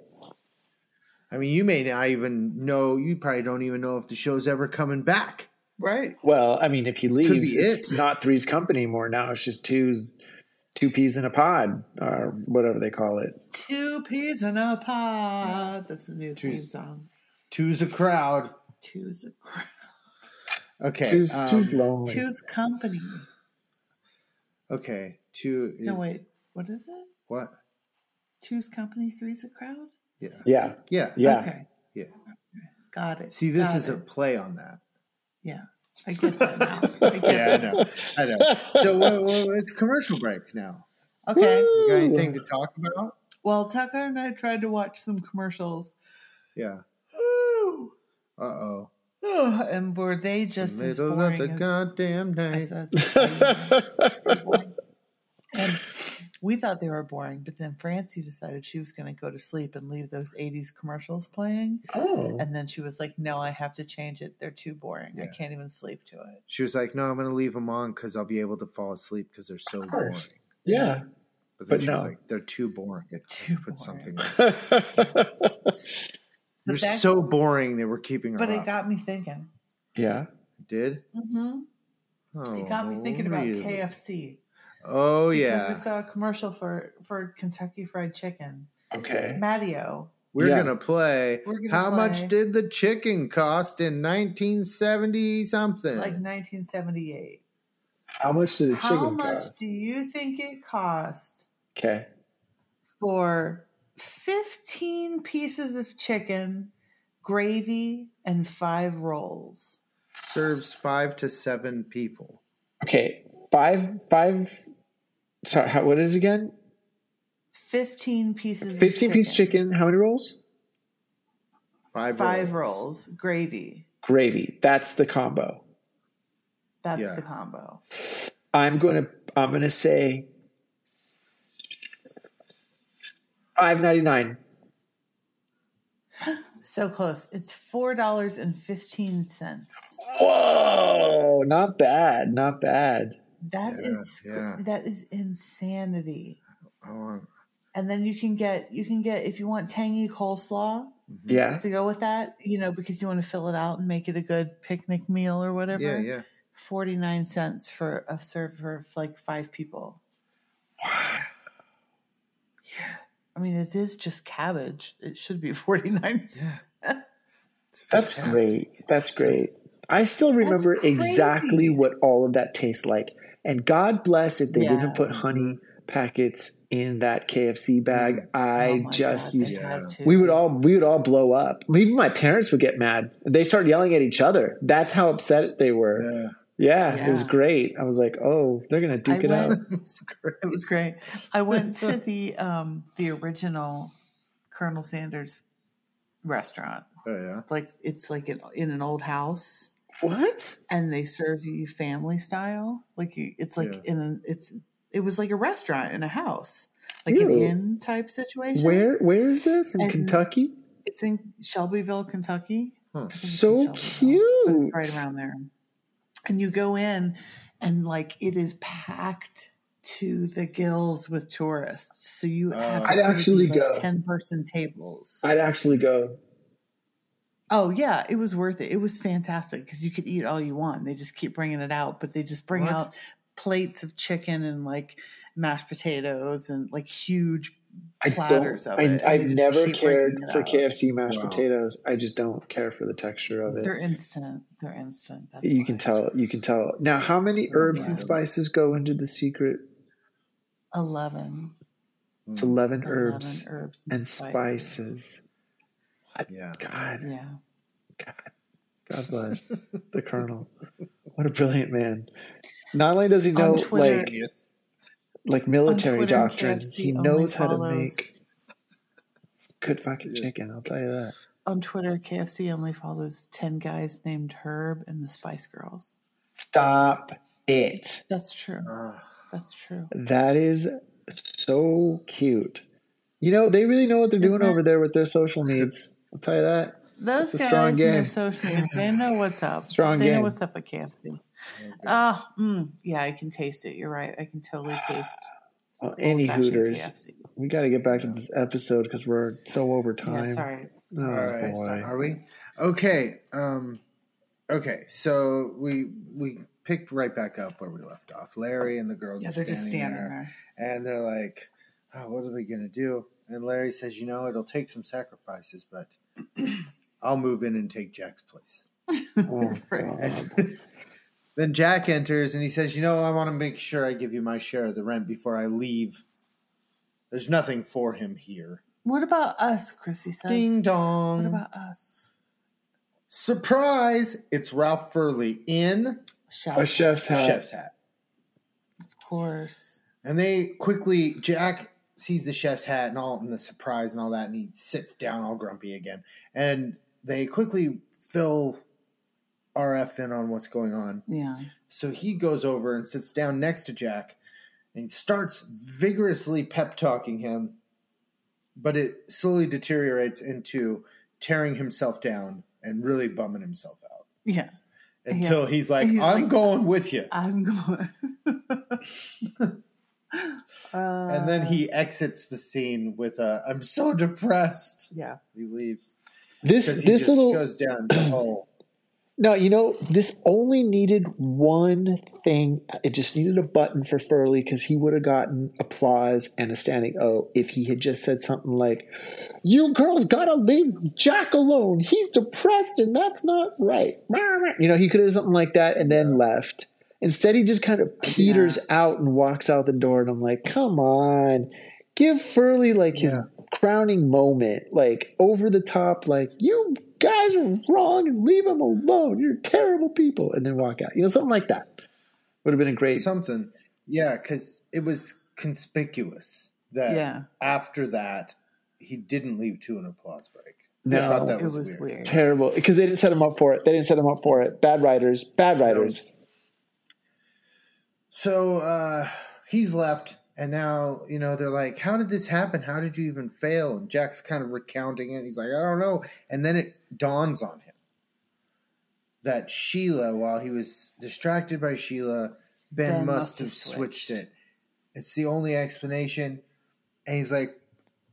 I mean, you may not even know. You probably don't even know if the show's ever coming back. Right? Well, I mean, if he could leaves, be it's it. not Three's Company anymore. Now it's just two's two peas in a pod or whatever they call it. Two peas in a pod. That's the new theme Two's- song. Two's a crowd. Two's a cr- Okay. Two's, um, two's lonely. two's company. Okay. Two is No wait, what is it? what? Two's company, three's a crowd. Yeah. yeah, Yeah. yeah. Okay, Yeah. got it. See, this got is a it. play on that. yeah. I get that now. I get Yeah, I that. know. I know. So well, well, it's commercial break now. Okay. You got Woo! anything to talk about? Well, Tucker and I tried to watch some commercials. Yeah. Ooh. Uh oh. Ugh, and were they just as Middle of boring the as, goddamn night. as us? And we thought they were boring, but then Francie decided she was going to go to sleep and leave those 80s commercials playing. oh, And then she was like, no, I have to change it. They're too boring. Yeah. I can't even sleep to it. She was like, "No, I'm going to leave them on because I'll be able to fall asleep because they're so boring." course. yeah. But then But she was no. like, "They're too boring. They're I have too to boring. Put something." Else. yeah, They're that- so boring. They were keeping. But her it got me thinking. Yeah. did. Mm-hmm. Oh, It got me thinking about you. KFC. Oh because yeah, we saw a commercial for for Kentucky Fried Chicken. Okay. Mattio. we're Yeah. gonna play. We're gonna How play- much did the chicken cost in 1970 something? like 1978. How much did the How chicken much cost? do you think it cost Okay. for 15 pieces of chicken, gravy, and five rolls? Serves five to seven people. Okay. Five. Five. Sorry. How, what is it again? 15 pieces of Mm, Fifteen chicken, piece chicken. How many rolls? Five five rolls, gravy. Gravy. That's the combo. That's Yeah. the combo. I'm gonna. I'm gonna say. Five ninety nine. So close. It's $4.15. Whoa! Not bad. Not bad. That Yeah, is sc- yeah. that is insanity. I want- And then you can get you can get if you want tangy coleslaw Yeah. to go with that, you know, because you want to fill it out and make it a good picnic meal or whatever. Yeah, yeah. 49 cents for a serve for like five people. Yeah. I mean, it is just cabbage. It should be 49 cents. It's That's fantastic. great. That's great. I still remember crazy. exactly what all of that tastes like. And God bless if they Yeah. didn't put honey packets in that KFC bag. Oh I my God, just they used had to. we would all we would all blow up. Even my parents would get mad. They started yelling at each other. That's how upset they were. Yeah, Yeah, it was Yeah. great. I was like, oh, they're gonna duke I it went- out. it's great. It was great. I went to the um the original Colonel Sanders restaurant. Oh yeah. Like it's like in, in an old house What? and they serve you family style. Like you, it's like Yeah. in an it's it was like a restaurant in a house. Like an Ew. inn type situation. Where where is this? In And- Kentucky? It's in Shelbyville, Kentucky. Huh. I think it's So in Shelbyville, but cute. It's right around there. And you go in and like it is packed to the gills with tourists. So you have to I'd sit at Uh, actually these, go. like 10 person tables. I'd actually go. oh yeah, it was worth it. It was fantastic because you could eat all you want. They just keep bringing it out, but they just bring What? out plates of chicken and like mashed potatoes and like huge I platters don't. of it. I, and I've they just never keep bringing cared it for out. KFC mashed Wow. potatoes. I just don't care for the texture of it. They're instant. They're instant. That's you why. can tell. You can tell. Now, how many herbs and Yeah. spices go into the secret? 11, It's eleven 11 herbs herbs, and spices. Yeah. God, Yeah. God, God bless the Colonel. What a brilliant man! Not only does he On know Twitter- like like military On Twitter, doctrine, KFC he only knows how to follows- make good fucking chicken. I'll tell you that. On Twitter, KFC only follows 10 guys named Herb and the Spice Girls. Stop it. That's true. Ah. That's true. That is so cute. You know, they really know what they're doing Isn't it? over there with their social needs. I'll tell you that. Those That's a guys strong and game. their social media, they know what's up. Strong they know game. what's up at KFC. Oh, mm, yeah, I can taste it. You're right. I can totally taste Well, any old fashioned Hooters, KFC. we got to get back to this episode because we're so over Yeah, time. sorry. Oh, All right. boy. Are we? Okay. Um okay, so we we picked right back up where we left off. Larry and the girls Yeah, are they're standing, just standing there, there. and they're like, oh, what are we gonna do? And Larry says, you know, it'll take some sacrifices, but I'll move in and take Jack's place. Oh, God. And then Jack enters and he says, You know, I want to make sure I give you my share of the rent before I leave. There's nothing for him here. What about us? Chrissy says. Ding dong. What about us? Surprise! It's Ralph Furley in Shout A chef's hat. Chef's Hat. Of course. And they quickly, Jack sees the chef's hat and all, and the surprise and all that, and he sits down all grumpy again. And they quickly fill RF in on what's going on. Yeah. So he goes over and sits down next to Jack and starts vigorously pep talking him, but it slowly deteriorates into tearing himself down and really bumming himself out Yeah. until Yes. he's like, He's I'm like- going with you. I'm going. uh, and then he exits the scene with a, I'm so depressed. Yeah. He leaves. This 'Cause he this just little goes down the hole. No, you know, this only needed one thing. It just needed a button for Furley because he would have gotten applause and a standing O if he had just said something like, You girls gotta leave Jack alone. He's depressed and that's not right. You know, he could have something like that and then left. Instead, he just kind of peters out and walks out the door. And I'm like, Come on. Give Furley like his crowning moment, like over the top, like you guys are wrong and leave him alone. You're terrible people, and then walk out. You know, something like that would have been a great. Something. Yeah, because it was conspicuous that Yeah. after that, he didn't leave to an applause break. I No. thought that It was, was weird. weird. terrible because they didn't set him up for it. They didn't set him up for it. Bad writers, bad writers. So uh, he's left, and now, you know, they're like, How did this happen? How did you even fail? And Jack's kind of recounting it. He's like, I don't know. And then it dawns on him that Sheila, while he was distracted by Sheila, Ben, Ben must have switched it. It's the only explanation. And he's like,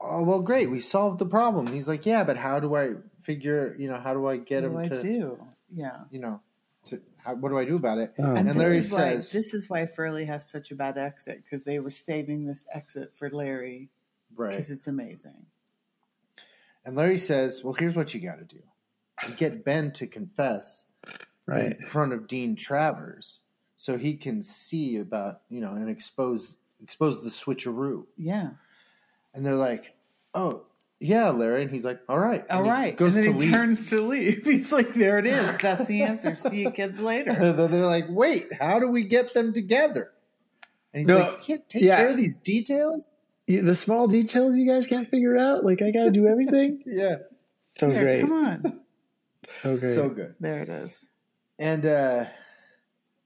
Oh, well, great. We solved the problem. He's like, Yeah, but how do I figure, you know, how do I get him What do to, I do? Yeah. you know, to, how, what do I do about it? Oh, And, And this Larry is why says- this is why Furley has such a bad exit because they were saving this exit for Larry Right. because it's amazing. And Larry says, Well, here's what you got to do You get Ben to confess right. in front of Dean Travers so he can see about, you know, and expose expose the switcheroo. Yeah. And they're like, Oh, yeah, Larry. And he's like, All right. All And he right. Goes and then to he leave. turns to leave. He's like, "There it is. That's the answer. See you kids later." And then they're like, Wait, how do we get them together? And he's No, like, You can't take yeah. care of these details? Yeah, The small details you guys can't figure out. Like I got to do everything. Yeah. So Yeah, great. Come on. So great. So good. There it is. And uh,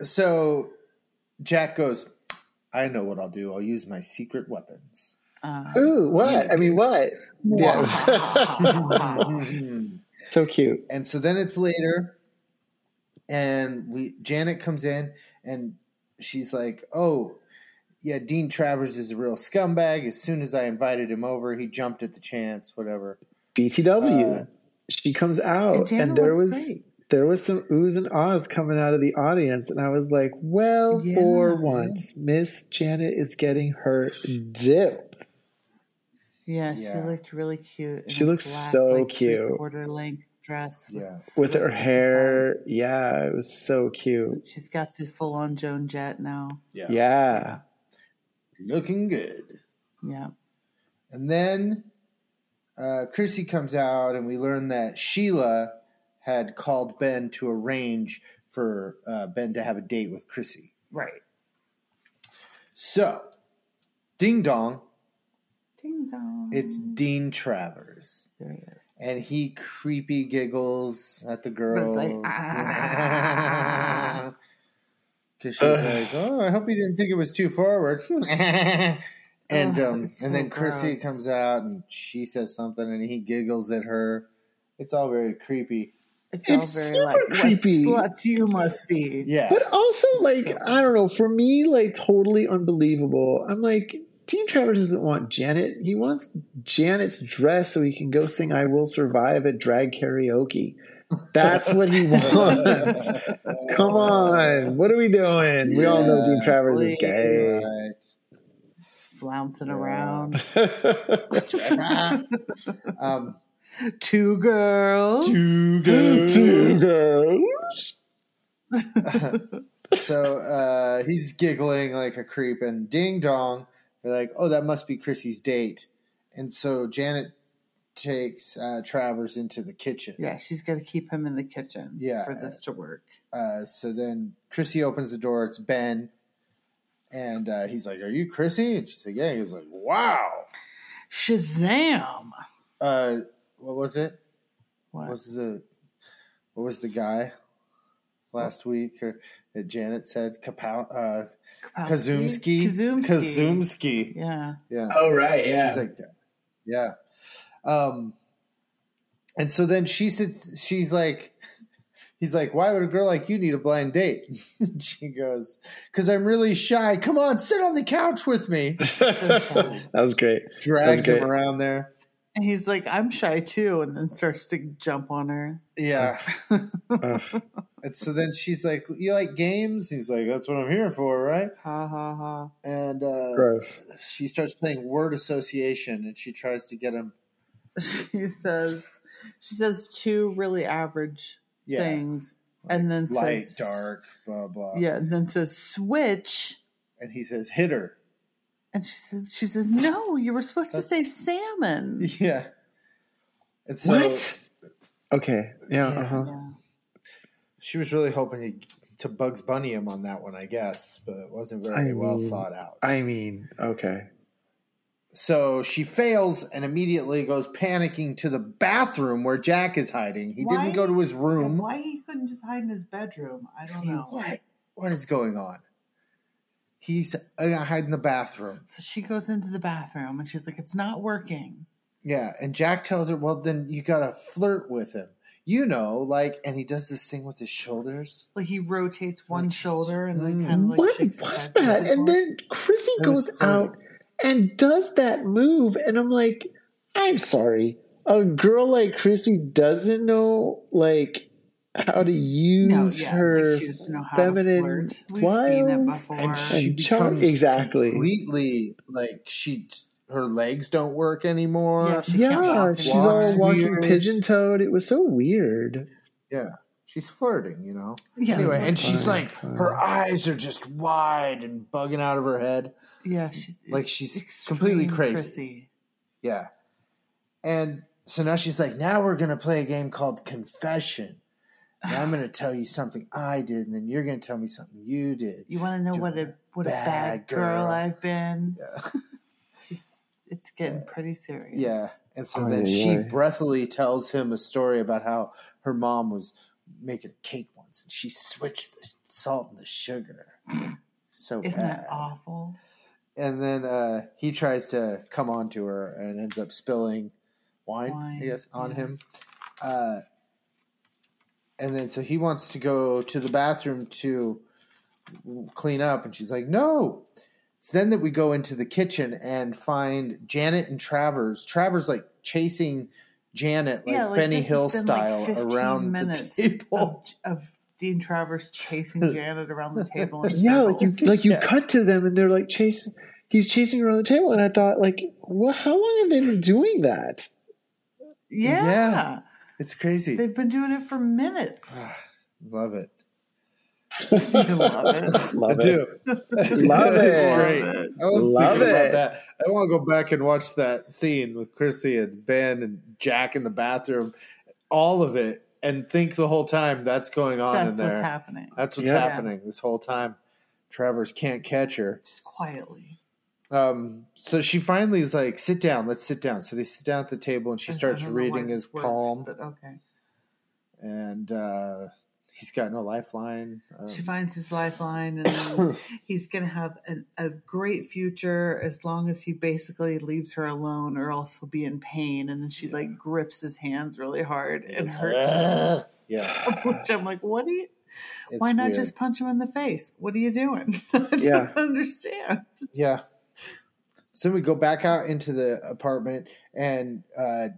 so Jack goes, I know what I'll do. I'll use my secret weapons. Uh, Ooh, what? I mean, what? Yeah. Oh, Mhm. so cute. and so then it's later, and we Janet comes in and she's like, "Oh, yeah, Dean Travers is a real scumbag. As soon as I invited him over, he jumped at the chance. Whatever. BTW. Uh, she comes And out Janet and, there looks was great. there was some oohs and ahs coming out of the audience and I was like, well, Yeah. for once, Miss Janet is getting her dip. yeah, Yeah. She looked really cute. in She a looks black, so like, cute. Quarter length dress. With, Yeah. With slits her at the side. hair. Yeah, it was so cute. She's got the full on Joan Jett now. Yeah, Yeah. looking good." Yeah. And then uh, Chrissy comes out, and we learn that Sheila had called Ben to arrange for uh, Ben to have a date with Chrissy. Right. So, ding dong, Ding dong. it's Dean Travers. there it is. And he creepy giggles at the But girls. it's like, ah. Because she's like, oh, I hope you didn't think it was too forward. and Ugh, um, and it's so then Chrissy gross. comes out and she says something and he giggles at her. It's all very creepy. It's, all It's very super like, creepy. What sluts you must be. Yeah. But also like, I don't know, for me, like totally unbelievable. I'm like, Dean Travers doesn't want Janet. He wants Janet's dress so he can go sing I Will Survive at drag karaoke. That's what he wants. Come on, what are we doing? We all know Dean Yeah, Travers is gay. Right. Flouncing around. Um, Two girls. two Two girls. so uh, he's giggling like a creep, and ding dong, they're like, "Oh, that must be Chrissy's date." And so Janet takes uh, Travers into the kitchen. Yeah, she's got to keep him in the kitchen Yeah. for this to work. Uh, so then Chrissy opens the door. It's Ben, and uh, he's like, "Are you Chrissy?" And she's like, "Yeah." He's like, "Wow." Shazam! Uh, what was it? What? What was the what was the guy last week or that Janet said Kapow, uh, Kazumski Kazumski. Kazumski Oh, Yeah. yeah Oh right, she's like that. yeah um and so then she sits she's like he's like why would a girl like you need a blind date she goes because I'm really shy come on sit on the couch with me So sad. that was great. drags That's great. him around there And he's like, I'm shy too, and then starts to jump on her. Yeah. Ugh. and so then she's like, "You like games?" He's like, "That's what I'm here for, right?" Ha ha ha. And uh, Gross. she starts playing word association, and she tries to get him. She says she says two really average Yeah. things. and then light, says dark, blah blah. Yeah, and then says switch. And he says, "Hit her." And she says she says, No, you were supposed to say salmon. Yeah. And so what? Okay. Yeah. Yeah. Uh huh. Yeah. she was really hoping to, to Bugs Bunny him on that one, I guess, but it wasn't very I well mean- thought out. I mean, okay. So she fails and immediately goes panicking to the bathroom where Jack is hiding. He Why- didn't go to his room. Why he couldn't just hide in his bedroom? I I don't mean, know. what? What is going on? He's I gotta hide in the bathroom. So she goes into the bathroom and she's like, It's not working. Yeah, and Jack tells her, "Well, then you gotta flirt with him, you know, like." And he does this thing with his shoulders. Like he rotates one Like, shoulder and mm. then kind of like what shakes was his head that? back And forth. then Chrissy That was goes out and does that move, and I'm like, I'm sorry. A girl like Chrissy doesn't know like how to use her like she doesn't know how to feminine flirt. wiles. before. And she And char- becomes exactly. completely like she her legs don't work anymore. yeah, she can't yeah, walk she's anymore. all walking Weird. pigeon toed. It was so weird. she's flirting, you know. Yeah, anyway, like- and she's fine, like, fine. her eyes are just wide and bugging out of her head. yeah, she's Like she's completely extreme crazy. prissy. Yeah. And so now she's like, now we're going to play a game called Confession. And I'm going to tell you something I did, and then you're going to tell me something you did. You want to know what a what a Bad bad girl, girl. I've been? Yeah. She's, it's getting pretty serious. Yeah. And so Ay, then ay, she ay. breathily tells him a story about how her mom was making a cake once, and she switched the salt and the sugar. So isn't bad. that awful? and then uh, he tries to come on to her and ends up spilling wine, Wine, I guess, on yeah. him. Uh, and then so he wants to go to the bathroom to clean up, and she's like, "No." It's then that we go into the kitchen and find Janet and Travers. Travers like chasing Janet, like, yeah, like Benny this Hill has been, like, style, 15 around the minutes table. of, of Dean Travers chasing Janet around the table. And Yeah, like you like you Yeah. cut to them and they're like chasing. He's chasing around the table, and I thought, like, well, how long have they been doing that? yeah, Yeah. It's crazy. they've been doing it for minutes. Love it. you love it. Love I do. Love it's it. great. Love it. I was Love thinking it. about that. I want to go back and watch that scene with Chrissy and Ben and Jack in the bathroom, all of it, and think the whole time that's going on That's in what's there. happening. that's what's Yeah. happening this whole time. Travers can't catch her. Just quietly. Um, so she finally is like, "Sit down, let's sit down." So they sit down at the table, and she I- I starts don't know why reading this his works, poem, But okay. and uh, he's got no lifeline. Um, She finds his lifeline, and then he's going to have an, a great future as long as he basically leaves her alone, or else he'll be in pain. And then she like grips his hands really hard and hurts him. yeah, Which I'm like, what do you? it's why not weird. just punch him in the face? What are you doing? I don't Yeah. understand. Yeah. So we go back out into the apartment, and uh,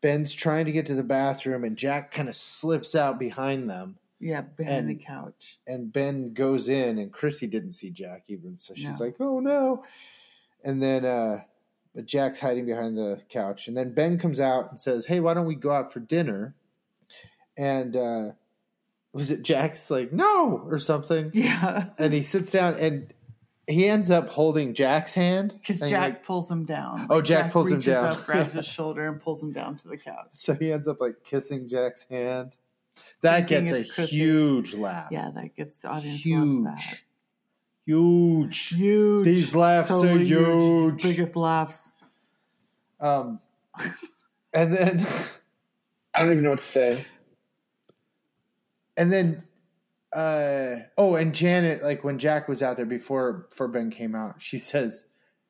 Ben's trying to get to the bathroom, and Jack kind of slips out behind them, Yeah, behind the And- couch. and Ben goes in, and Chrissy didn't see Jack even, so she's No. like, "Oh no!" And then uh, but Jack's hiding behind the couch, and then Ben comes out and says, "Hey, why don't we go out for dinner?" And uh, was it Jack's like, "No" or something? Yeah, And he sits down, and he ends up holding Jack's hand because and, Jack like, pulls him down. Oh, Jack pulls him reaches down. Up, grabs his shoulder and pulls him down to the couch. So he ends up like kissing Jack's hand. That Thinking gets a it's Chrissy. huge laugh. Yeah, that gets the audience loves that. huge, huge. Huge. These laughs are Totally huge. Biggest laughs. Um, and then I don't even know what to say. and then uh oh, and Janet like when Jack was out there before before Ben came out, she says.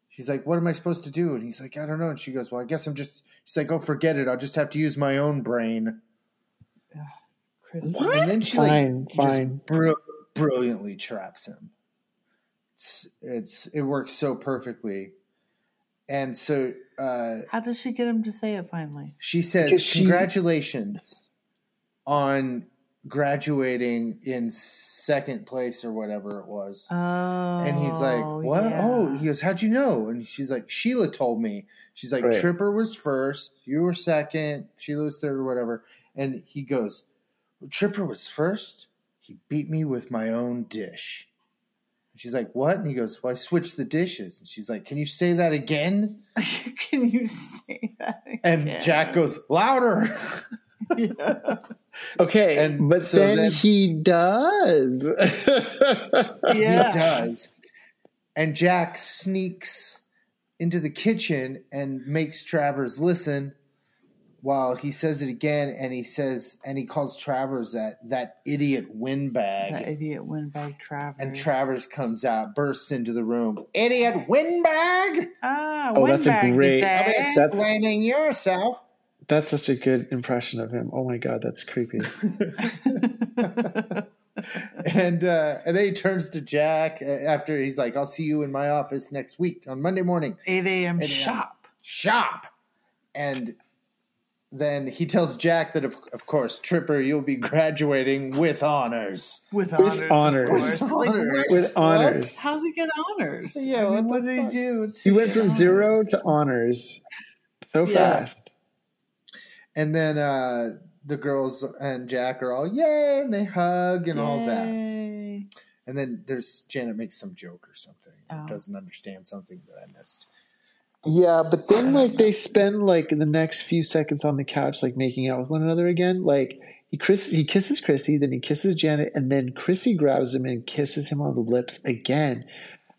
She's like, "What am I supposed to do?" And he's like, "I don't know." And she goes, "Well, I guess I'm just." She's like, "Oh, forget it. I'll just have to use my own brain." Chris. What? And then she Fine, like fine. just br- brilliantly traps him. It's, it's it works so perfectly, And so uh, How does she get him to say it finally? she says, Because she- "Congratulations on graduating in second place or whatever it was." Oh. And he's like, "What? yeah. Oh, he goes, "How'd you know?" And she's like, "Sheila told me." She's like, Right. "Tripper was first, you were second, Sheila was third, or whatever." And he goes, "Tripper was first. He beat me with my own dish." And she's like, "What?" And he goes, "Well, I switched the dishes." And she's like, "Can you say that again?" Can you say that? And again? Jack goes, "Louder." Yeah. Okay, And but so then, then- he does. Yeah. He does. And Jack sneaks into the kitchen and makes Travers listen while he says it again and he says and he calls Travers that that idiot windbag. That idiot windbag Travers. and Travers comes out, bursts into the room. Idiot windbag! Ah, Oh, windbag. that's a you great- say? I'll be That's- explaining yourself. That's such a good impression of him. Oh my god, that's creepy. And uh, and then he turns to Jack uh, after he's like, "I'll see you in my office next week on Monday morning." 8 a.m. 8 a.m. shop. shop. And then he tells Jack that, of, of course, Tripper, you'll be graduating with honors. With, honors, honors. of course. Like, where's- With honors. how's he get honors? Yeah, I what mean, what, the did fuck? he do? to He went get from honors? zero to honors so Yeah. fast. And then uh, the girls and Jack are all, yay, and they hug and all that. Yay. And then there's Janet makes some joke or something, or Oh. doesn't understand something that I missed. Yeah, but then like they spend like the next few seconds on the couch like making out with one another again. Like he Chris he kisses Chrissy, then he kisses Janet, and then Chrissy grabs him and kisses him on the lips again.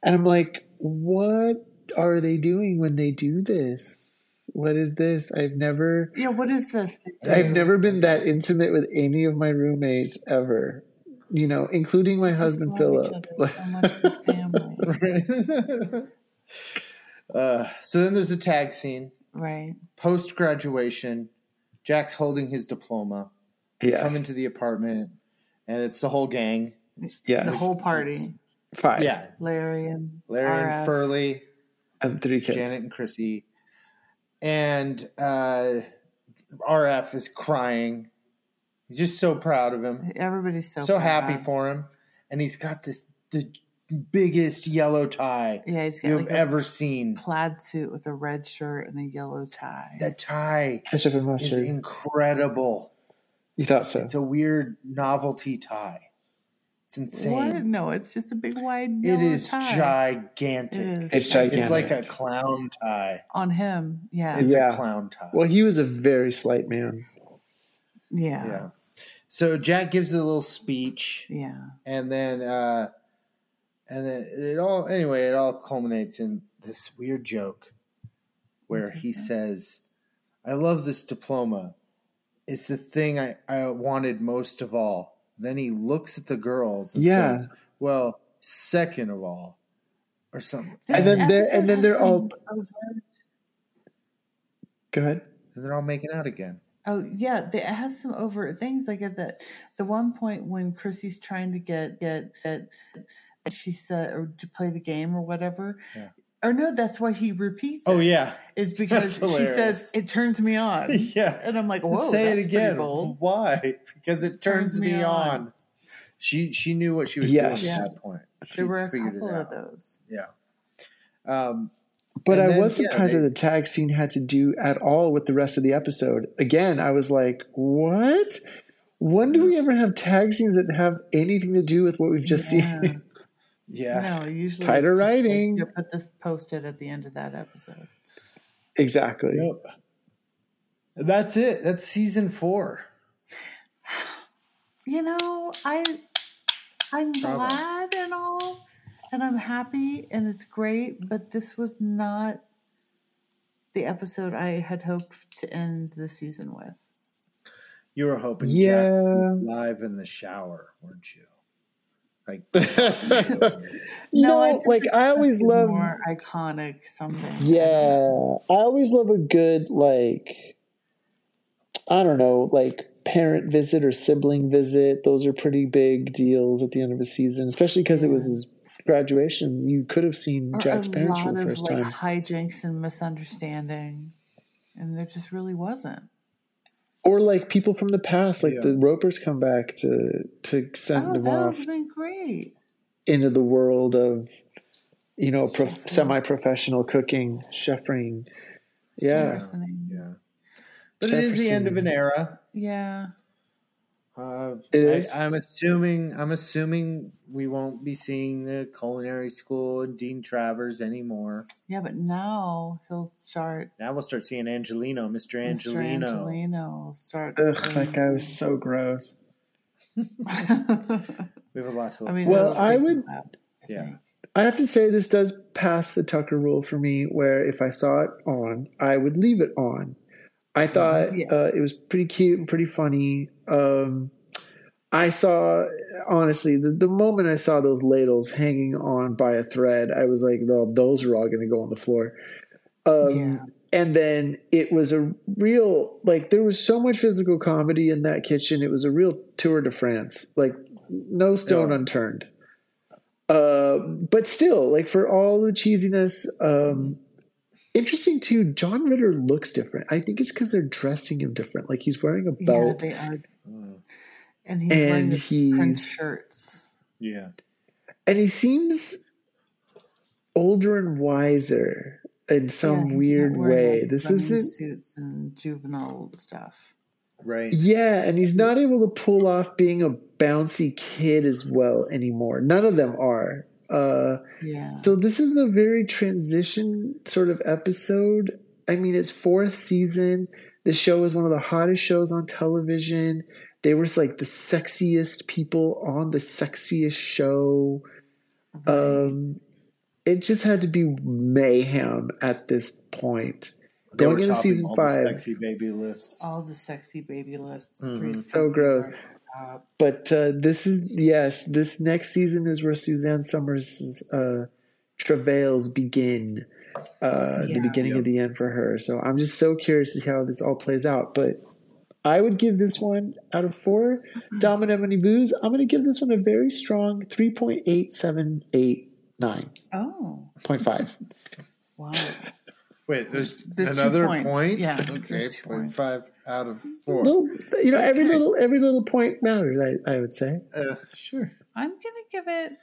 And I'm like, what are they doing when they do this? What is this? I've never Yeah, what is this? they do? I've never been that intimate with any of my roommates ever. You know, including my Just love husband each Philip. other So much with family. uh, so then there's a tag scene. right. Post graduation, Jack's holding his diploma. yes. come into the apartment and it's the whole gang. yes. The whole party. five. Yeah. Larry and Larry RF. and Furley, And three kids. Janet and Chrissy. And uh, RF is crying. He's just so proud of him. Everybody's so So, happy proud. for him. And he's got this the biggest yellow tie Yeah, he's got you've like a ever seen. plaid suit with a red shirt and a yellow tie. The tie Ketchup and is mustard. incredible. you thought so. It's a weird novelty tie. It's insane. What? No, it's just a big wide. It yellow is tie. gigantic. It is. It's gigantic. It's like a clown tie. on him. Yeah. It's Yeah. a clown tie. well, he was a very slight man. yeah. Yeah. yeah. Uh, So Jack gives it a little speech, and then uh, and then it all anyway it all culminates in this weird joke where he says, "I love this diploma. It's the thing I I wanted most of all." Then he looks at the girls and Yeah. says, "Well, second of all." Or something. This And then they're- episode and then has they're some all- overt- Go ahead. And they're all making out again. Oh yeah, they, it has some overt things. Like at the the one point when Chrissy's trying to get get get, she said or to play the game or whatever. Yeah. Or no, that's why he repeats. it, yeah, is because That's she hilarious. says it turns me on, yeah. and I'm like, whoa, say it that's pretty again. bold. Why? Because it turns, me, on. She she knew what she was Yes. doing at that point. She There were a figured couple it out. of those. Yeah. Um, But And I then, was yeah, surprised they- that the tag scene had to do at all with the rest of the episode. Again, I was like, what? When do we ever have tag scenes that have anything to do with what we've just Yeah. seen? yeah. No, usually Tighter it's just like, writing. You put this post-it at the end of that episode. exactly. Yep. That's it. That's season four. You know, I I'm Bravo. glad and all, and I'm happy and it's great, but this was not the episode I had hoped to end the season with. You were hoping Yeah. Jack was live in the shower, weren't you? Like you know, I just like I always expected love more iconic something. Yeah, I always love a good like I don't know, like parent visit or sibling visit. Those are pretty big deals at the end of a season, especially because it was his graduation, you could have seen Or Jack's a parents for lot the of first like time. hijinks and misunderstanding, and there just really wasn't. Or like people from the past, like Yeah. the Ropers come back to to send Oh, them that would off have been great. into the world of you know pro- Chefing. semi-professional cooking, chefing. Yeah, Jeffersoning. yeah. Yeah. But it is the end of an era. Uh, It I, is. I'm assuming. I'm assuming we won't be seeing the culinary school and Dean Travers anymore. Yeah, but now he'll start. Now we'll start seeing Angelino, Mr. Mr. Angelino. Angelino start. Ugh, that guy was so gross. We have a lot to. I mean, Well, that'll I take would- that, I Yeah. think. I have to say this does pass the Tucker rule for me, where if I saw it on, I would leave it on. I thought Mm-hmm. Yeah. uh, it was pretty cute and pretty funny. Um, I saw, honestly, the, the moment I saw those ladles hanging on by a thread, I was like, "No, those are all going to go on the floor." Um, Yeah. And then it was a real like there was so much physical comedy in that kitchen. It was a real tour de France, like no stone Yeah. unturned. Uh, but still, like for all the cheesiness, um, interesting too. John Ritter looks different. I think it's because they're dressing him different. Like he's wearing a yeah, belt. they are, Mm, and he's wearing and the print he's shirts. yeah. and he seems older and wiser in Yeah, some he's not weird wearing all way. the This bunny isn't suits and juvenile stuff. Right. yeah, and he's not able to pull off being a bouncy kid as well anymore. None of them are. Uh, Yeah, so this is a very transition sort of episode. I mean, it's fourth season. The show is one of the hottest shows on television. They were like the sexiest people on the sexiest show. Um, it just had to be mayhem at this point. Then we're Door going to topping season all the five. Sexy baby lists. all the sexy baby lists. Mhm. Three So gross. Uh, But uh, this is yes, this next season is where Suzanne Summers' uh, travails begin. Uh, Yeah. The beginning of the end for her. So I'm just so curious to see how this all plays out. But I would give this one out of four. Dominant Money Booze. I'm going to give this one a very strong 3.8789.5. oh, wow. Wait, there's There's two another points. point. Yeah, Okay. there's two Point points. five out of four. little, you know, every little every little point matters. I, I would say. Uh, sure. I'm gonna give it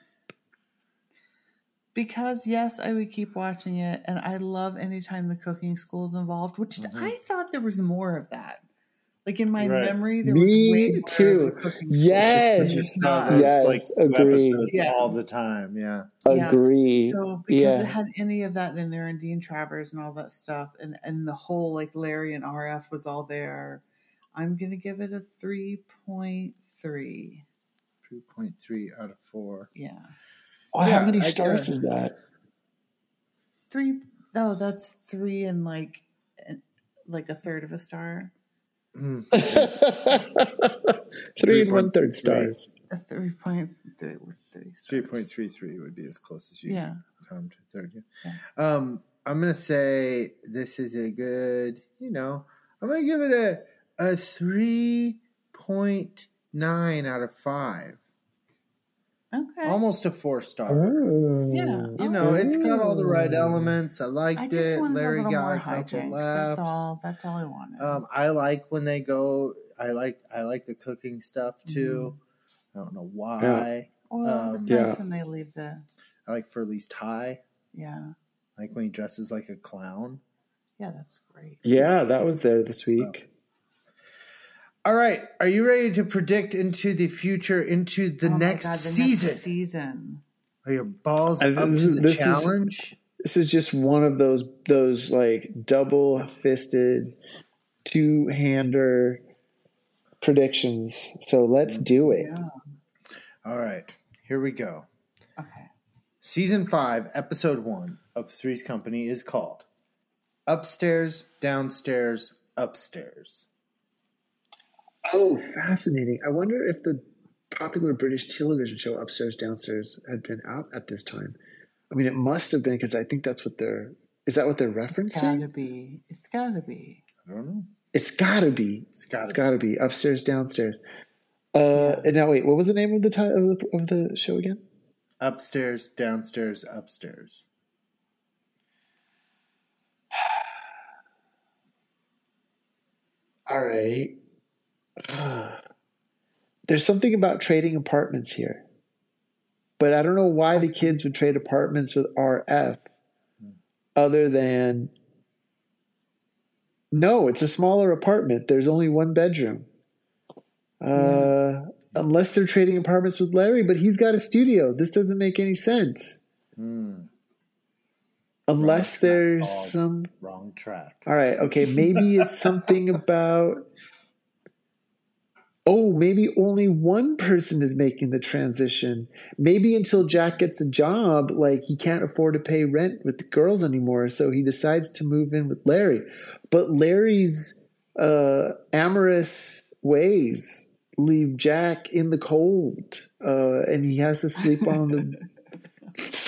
because yes, I would keep watching it, and I love anytime the cooking school is involved. Which I thought there was more of that. Like in my Right. memory, there Me was way more too. of a cooking school. Yes. You It's saw not. those Yes, like two agreed. episodes Yeah. all the time. Yeah. Yeah. Agree. So because yeah. it had any of that in there and Dean Travers and all that stuff and and the whole like Larry and RF was all there. I'm going to give it a 3.3. Two point three out of four. Yeah. Oh, Yeah, how many I stars guess. is that? 3 Oh, that's 3 and like an- like a third of a star. Mm. Three and point one third three. stars. A 3.3 with 3 stars. Three point three three would be as close as you Yeah. can come to third. Yeah. Um, I'm gonna say this is a good. You know, I'm gonna give it a a three point nine out of five, Okay. almost a four star. Oh. Yeah. You know, it's got all the right Ooh. elements. I liked I just it. wanted Larry a little got more a couple hijinks. laughs. That's all. That's all I wanted. Um, I like when they go. I like I like the cooking stuff Mm-hmm. too. I don't know why. well, it's um, nice yeah. when they leave the I like Furley's tie. yeah. I like when he dresses like a clown. Yeah, that's great. Yeah, that was there this So. week. All right, are you ready to predict into the future, into the Oh my next God, the season? Next season. Are your balls I- up this to is- the this is- challenge? This is just one of those those like double fisted, two hander predictions. So let's do it. Yeah. All right, here we go. Okay. Season five, episode one of Three's Company is called "Upstairs, Downstairs, Upstairs." Oh, fascinating. I wonder if the popular British television show Upstairs Downstairs had been out at this time. I mean, it must have been because I think that's what they're. Is that what they're It's gotta referencing? be. It's gotta be. I don't know. It's gotta be. It's got It's to gotta be upstairs, downstairs. Uh, Yeah. And now, wait, what was the name of the title of the, of the show again? upstairs, downstairs, upstairs. All right. There's something about trading apartments here. But I don't know why the kids would trade apartments with RF other than no, it's a smaller apartment. There's only one bedroom. Uh, unless they're trading apartments with Larry, but he's got a studio. This doesn't make any sense. Mm, Right, not Unless there's balls. some wrong track. All right. Okay. Maybe it's something about. Oh, maybe only one person is making the transition. Maybe until Jack gets a job, like he can't afford to pay rent with the girls anymore, so he decides to move in with Larry. But Larry's uh, amorous ways leave Jack in the cold, uh, and he has to sleep on the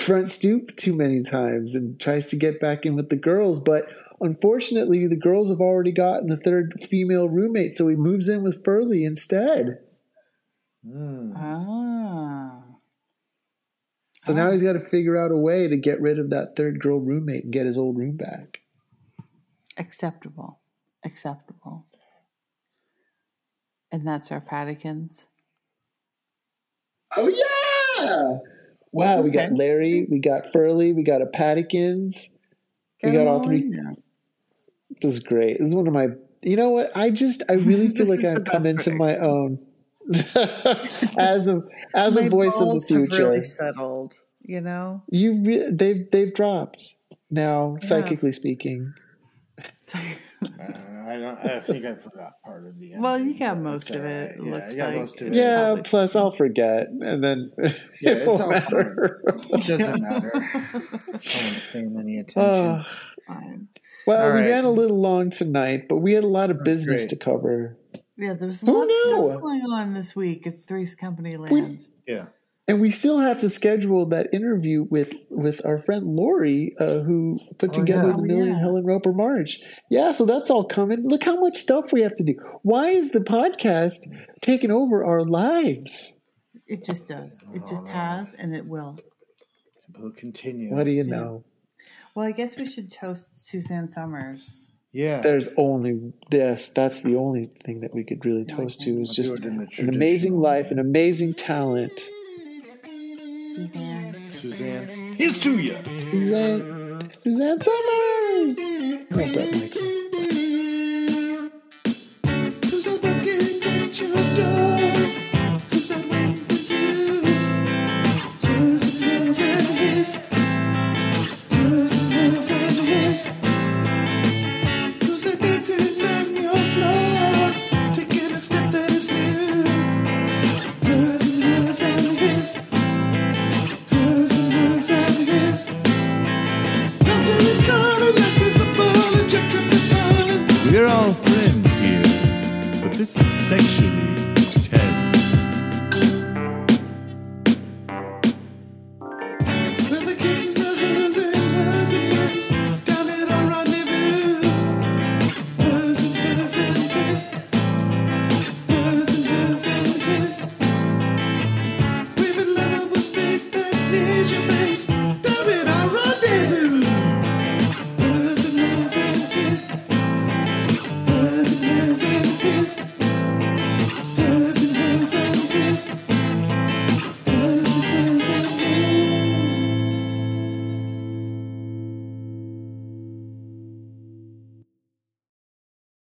front stoop too many times and tries to get back in with the girls. But unfortunately, the girls have already gotten a third female roommate, so he moves in with Furley instead. Mm. Ah. So Oh. now he's got to figure out a way to get rid of that third girl roommate and get his old room back. Acceptable. Acceptable. And that's our Paddykins. Oh yeah! Wow, we got Okay. Larry, we got Furley, we got a Paddykins. We got them all three- in there. This is great. This is one of my. You know what? I just I really feel This like is the I've best come into my prediction. own as a as My a voice of the balls have future. really settled, you know? You re- they've they've dropped now, They have. psychically speaking. So- Uh, I don't. I think I forgot part of the. Well, you ending, got but most it's of all it, right. it Yeah, looks I got like. most of It's it. Yeah. Yeah, probably- plus I'll forget, and then Yeah, it it's won't all matter. It doesn't matter. No one's paying any attention. Ah, Fine. well, All we right. ran a little long tonight, but we had a lot of That's business great. to cover, Yeah, there's a Who lot of knew? stuff going on this week at Three's Company Land. yeah. and we still have to schedule that interview with with our friend Lori, uh, who put Oh, together yeah. the Oh, Million yeah. Helen Roper March. Yeah, so that's all coming. Look how much stuff we have to do. Why is the podcast taking over our lives? It just does. It just has, and it will. We'll continue. What do you Yeah. know? Well, I guess we should toast Suzanne Summers. yeah. there's only this that's the only thing that we could really Yeah, we toast can to is I'll just do it in the an amazing traditional life way. an amazing talent Suzanne. Suzanne. Here's to you. suzanne suzanne summers I love Bret Michaels. Who's that knocking at your door? Who's that waiting for you? Who's and who's and his? Who's and who's and his? Who's that dancing on your floor? Taking a step that is new. Who's and who's and his? Who's and who's and his? Laughter is calling, life is a ball, and Jack Trip is falling. We're all friends here, but this is sexually tense. Where the kisses are hers and hers and his, down at our rendezvous. Hers and hers and his, hers and hers and his. We've in lovable space that nears your face,